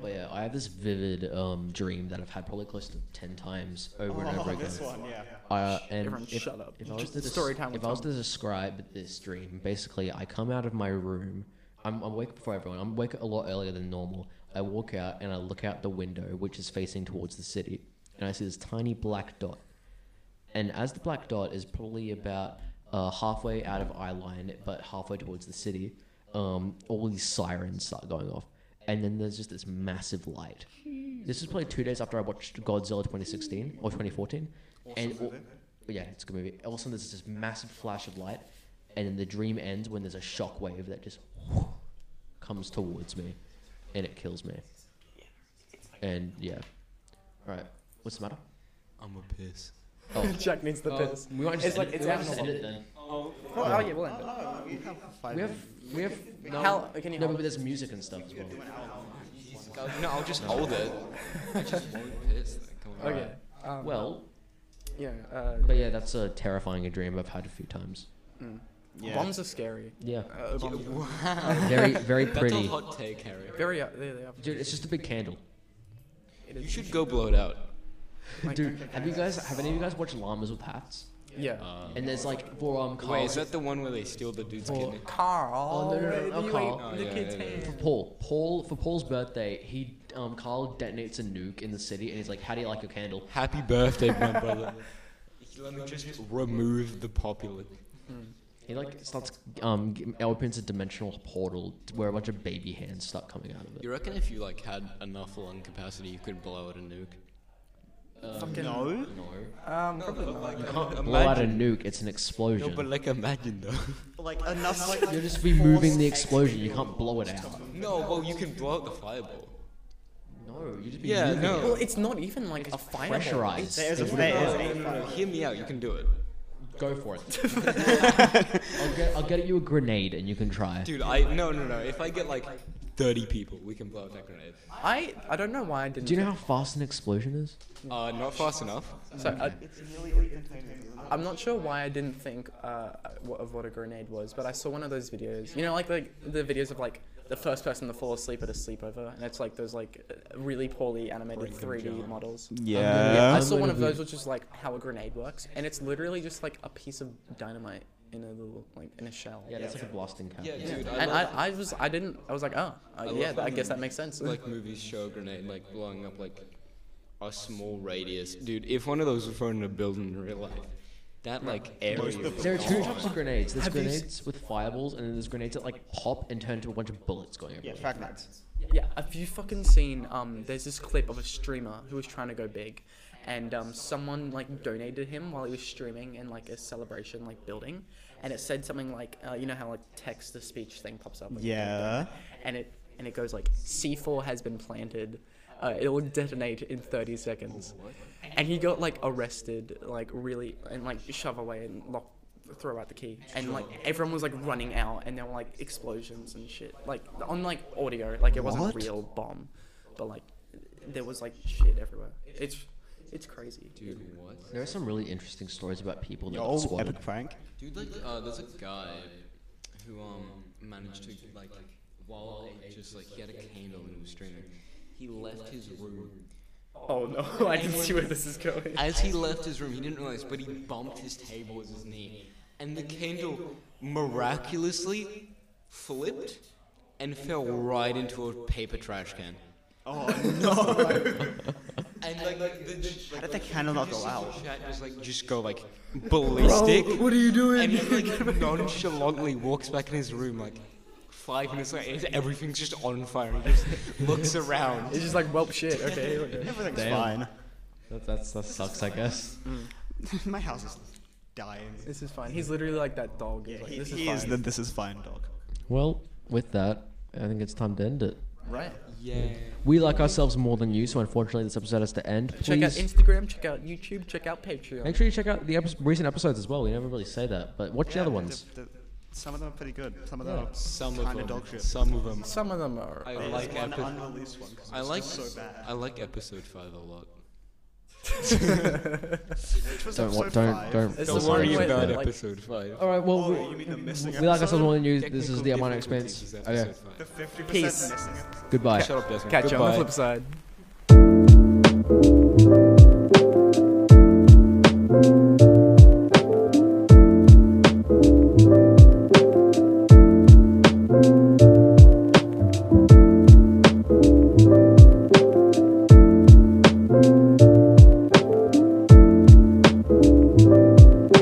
Speaker 3: But yeah, I have this vivid um, dream that I've had probably close to ten times over and over
Speaker 5: Oh,
Speaker 3: again.
Speaker 5: this one, yeah.
Speaker 3: Uh, and
Speaker 1: Everyone
Speaker 3: if,
Speaker 1: shut up.
Speaker 3: If I was to, des-
Speaker 1: Story time with
Speaker 3: if I was
Speaker 1: Tom.
Speaker 3: to describe this dream, basically, I come out of my room. I'm, I'm awake before everyone. I'm awake a lot earlier than normal. I walk out and I look out the window, which is facing towards the city, and I see this tiny black dot. And as the black dot is probably about uh, halfway out of eye line, but halfway towards the city, um, all these sirens start going off. And then there's just this massive light. This is probably two days after I watched Godzilla 2016 or 2014. and all- yeah, it's a good movie. All of a sudden, there's this massive flash of light, and then the dream ends when there's a shockwave that just comes towards me, and it kills me. And yeah, all right. What's the matter?
Speaker 4: I'm a piss.
Speaker 3: Oh,
Speaker 1: Jack needs the piss.
Speaker 3: we might
Speaker 1: It's
Speaker 3: just
Speaker 1: like-
Speaker 3: end it-
Speaker 1: it's
Speaker 3: we might
Speaker 1: like-
Speaker 3: just end it then.
Speaker 1: Oh, oh, yeah, we'll end it.
Speaker 5: Oh, we have five.
Speaker 3: We have we have no.
Speaker 1: How- can you
Speaker 3: no,
Speaker 1: hold
Speaker 3: but there's music and stuff as well.
Speaker 4: No, I'll just hold it. I just won't piss.
Speaker 1: Okay. Um,
Speaker 3: Well,
Speaker 1: yeah. Uh,
Speaker 3: but yeah, that's a terrifying dream I've had a few times.
Speaker 5: Yeah.
Speaker 1: Bombs are scary.
Speaker 3: Yeah,
Speaker 1: Uh, bombs are-
Speaker 3: very very
Speaker 4: That's a
Speaker 3: pretty.
Speaker 4: hot take, Harry.
Speaker 1: very. Uh, there they are.
Speaker 3: Dude, it's just a big candle.
Speaker 1: It
Speaker 4: You
Speaker 1: is-
Speaker 4: should go blow it out.
Speaker 1: like-
Speaker 3: Dude, have you guys have any of you guys watched Llamas with Hats?
Speaker 1: Yeah.
Speaker 3: And there's like forearm Carl.
Speaker 4: Uh, Wait, is that the one where they steal the dude's
Speaker 3: Or-
Speaker 4: kidney?
Speaker 1: Carl.
Speaker 3: Oh, no, no, no, no,
Speaker 1: you
Speaker 3: Carl.
Speaker 1: ate
Speaker 4: Oh,
Speaker 1: the
Speaker 4: yeah,
Speaker 1: kid's
Speaker 4: yeah, yeah.
Speaker 1: hand.
Speaker 3: for Paul, Paul for Paul's birthday, he um Carl detonates a nuke in the city, and he's like, "How do you like your candle?"
Speaker 4: Happy birthday, my brother. Let me just remove the popular.
Speaker 3: He like starts um g- opens a dimensional portal to where a bunch of baby hands start coming out of it.
Speaker 4: You reckon if you like had enough lung capacity, you could blow out a nuke?
Speaker 1: Fucking-
Speaker 5: No.
Speaker 1: Um, probably not.
Speaker 4: Like,
Speaker 3: Blow out a nuke, it's an
Speaker 4: No,
Speaker 3: explosion.
Speaker 4: but like imagine though.
Speaker 5: Like enough. Like,
Speaker 3: You'll just be moving the explosion. You can't blow it out.
Speaker 4: no, well you can blow out the fireball.
Speaker 3: No, you just be
Speaker 4: Yeah,
Speaker 3: moving
Speaker 4: no.
Speaker 1: Well, it's not even like a fireball.
Speaker 3: pressurized.
Speaker 5: There's
Speaker 3: They
Speaker 5: a-
Speaker 3: would've-
Speaker 5: there is
Speaker 4: No, no, no, hear me out. You can do it,
Speaker 3: Go for it. I'll get I'll get you a grenade and you can try.
Speaker 4: dude. I no no no. If I get like thirty people, we can blow out that grenade.
Speaker 1: I I don't know why I didn't.
Speaker 3: Do you know how fast an explosion is?
Speaker 4: Uh, not fast enough.
Speaker 1: So I,
Speaker 5: It's nearly instantaneous. isn't it?
Speaker 1: I'm not sure why I didn't think uh, wha- of what a grenade was, but I saw one of those videos. You know, like like the videos of like the first person to fall asleep at a sleepover, and it's like those like uh, really poorly animated 3D models.
Speaker 3: Yeah.
Speaker 1: I
Speaker 3: I'm
Speaker 1: saw one
Speaker 3: gonna
Speaker 1: of
Speaker 3: be-
Speaker 1: those, which is like how a grenade works, and it's literally just like a piece of dynamite in a little like in a shell.
Speaker 3: Yeah, that's like a blasting cap.
Speaker 4: Yeah, dude. I,
Speaker 1: And
Speaker 4: love,
Speaker 1: I, I was I didn't I was like oh uh, yeah I guess that makes sense.
Speaker 4: like movies show a grenade like blowing up like a small radius, dude. If one of those were thrown in a building in real life, that like area. would
Speaker 3: There are
Speaker 4: be
Speaker 3: two
Speaker 4: gone.
Speaker 3: types of grenades. There's
Speaker 1: Have you s-
Speaker 3: grenades with fireballs, and then there's grenades that like pop and turn into a bunch of bullets going
Speaker 5: Yeah,
Speaker 3: everywhere.
Speaker 5: fragments.
Speaker 1: Yeah, have you fucking seen? Um, there's this clip of a streamer who was trying to go big, and um, someone like donated him while he was streaming in like a celebration like building, and it said something like, uh, you know how like text to speech thing pops up. when you type
Speaker 5: Yeah.
Speaker 1: that? And it and it goes like C4 has been planted. Uh, it will detonate in 30 seconds. And he got like arrested, like really, and like shove away and lock, throw out the key. And like everyone was like running out, and there were like explosions and shit. Like on like audio, like it wasn't
Speaker 5: What?
Speaker 1: a real bomb, but like there was like shit everywhere. It's it's crazy.
Speaker 4: Dude, what?
Speaker 3: There are some really interesting stories about people that
Speaker 5: Yo, oh,
Speaker 3: got swatted.
Speaker 5: epic prank.
Speaker 4: Dude, like, uh, there's a guy who um managed to like while they just like he had a candle and was streaming. He left his room.
Speaker 1: Oh no, I didn't see where this is going.
Speaker 4: As he left his room, he didn't realize, but he bumped his table with his knee, and the candle miraculously flipped and fell right into a paper trash can.
Speaker 5: Oh,
Speaker 4: And like, like the j-
Speaker 5: how did the candle not go out?
Speaker 4: chat was like just go like ballistic.
Speaker 1: are you doing?
Speaker 4: And he like nonchalantly walks back in his room like five minutes later and everything's just on fire. He just looks around.
Speaker 1: It's just like well shit. Okay. here we go.
Speaker 5: Everything's
Speaker 3: Damn.
Speaker 5: fine.
Speaker 3: That, that's, that sucks, I guess.
Speaker 5: My house is dying.
Speaker 1: This is fine. He's literally like that dog. He's
Speaker 5: Yeah,
Speaker 1: like,
Speaker 5: he,
Speaker 1: this is
Speaker 5: he is
Speaker 1: fine."
Speaker 5: the this is fine dog.
Speaker 3: Well, with that, I think it's time to end it.
Speaker 5: Right.
Speaker 4: Yeah.
Speaker 3: We like ourselves more than you, so unfortunately, this episode has to end.
Speaker 1: Check out
Speaker 3: Please
Speaker 1: Instagram, check out YouTube, check out Patreon.
Speaker 3: make sure you check out the epi- recent episodes as well. We never really say that, but watch the
Speaker 5: Yeah,
Speaker 3: other ones.
Speaker 5: the- some of them are pretty good. Some of them
Speaker 3: Yeah.
Speaker 5: are
Speaker 4: Some of
Speaker 5: kind
Speaker 4: them.
Speaker 5: dog shit.
Speaker 4: Some of them.
Speaker 1: Some of them are.
Speaker 4: I
Speaker 5: There's
Speaker 4: like
Speaker 5: one
Speaker 4: episode.
Speaker 5: unreleased one 'cause
Speaker 4: I
Speaker 5: it's
Speaker 4: like.
Speaker 5: so bad.
Speaker 4: I like episode five a lot.
Speaker 5: Which was
Speaker 3: Don't wa-
Speaker 5: episode
Speaker 3: don't-
Speaker 5: five.
Speaker 3: don't-
Speaker 1: It's
Speaker 3: Don't
Speaker 1: the
Speaker 3: worry
Speaker 1: one where
Speaker 3: about
Speaker 1: they're, like,
Speaker 4: episode five.
Speaker 3: All right. Well,
Speaker 5: Oh, you
Speaker 3: we,
Speaker 5: mean the missing
Speaker 3: we like ourselves
Speaker 5: episode?
Speaker 3: more than you. This is the amount of
Speaker 4: Difficulties
Speaker 3: expense. Oh,
Speaker 4: is
Speaker 3: Okay.
Speaker 4: episode five.
Speaker 5: The 50%
Speaker 1: Peace.
Speaker 5: missing episode.
Speaker 3: Goodbye.
Speaker 4: Shut up, Desmond.
Speaker 1: Catch you on the
Speaker 4: Goodbye.
Speaker 1: flip side.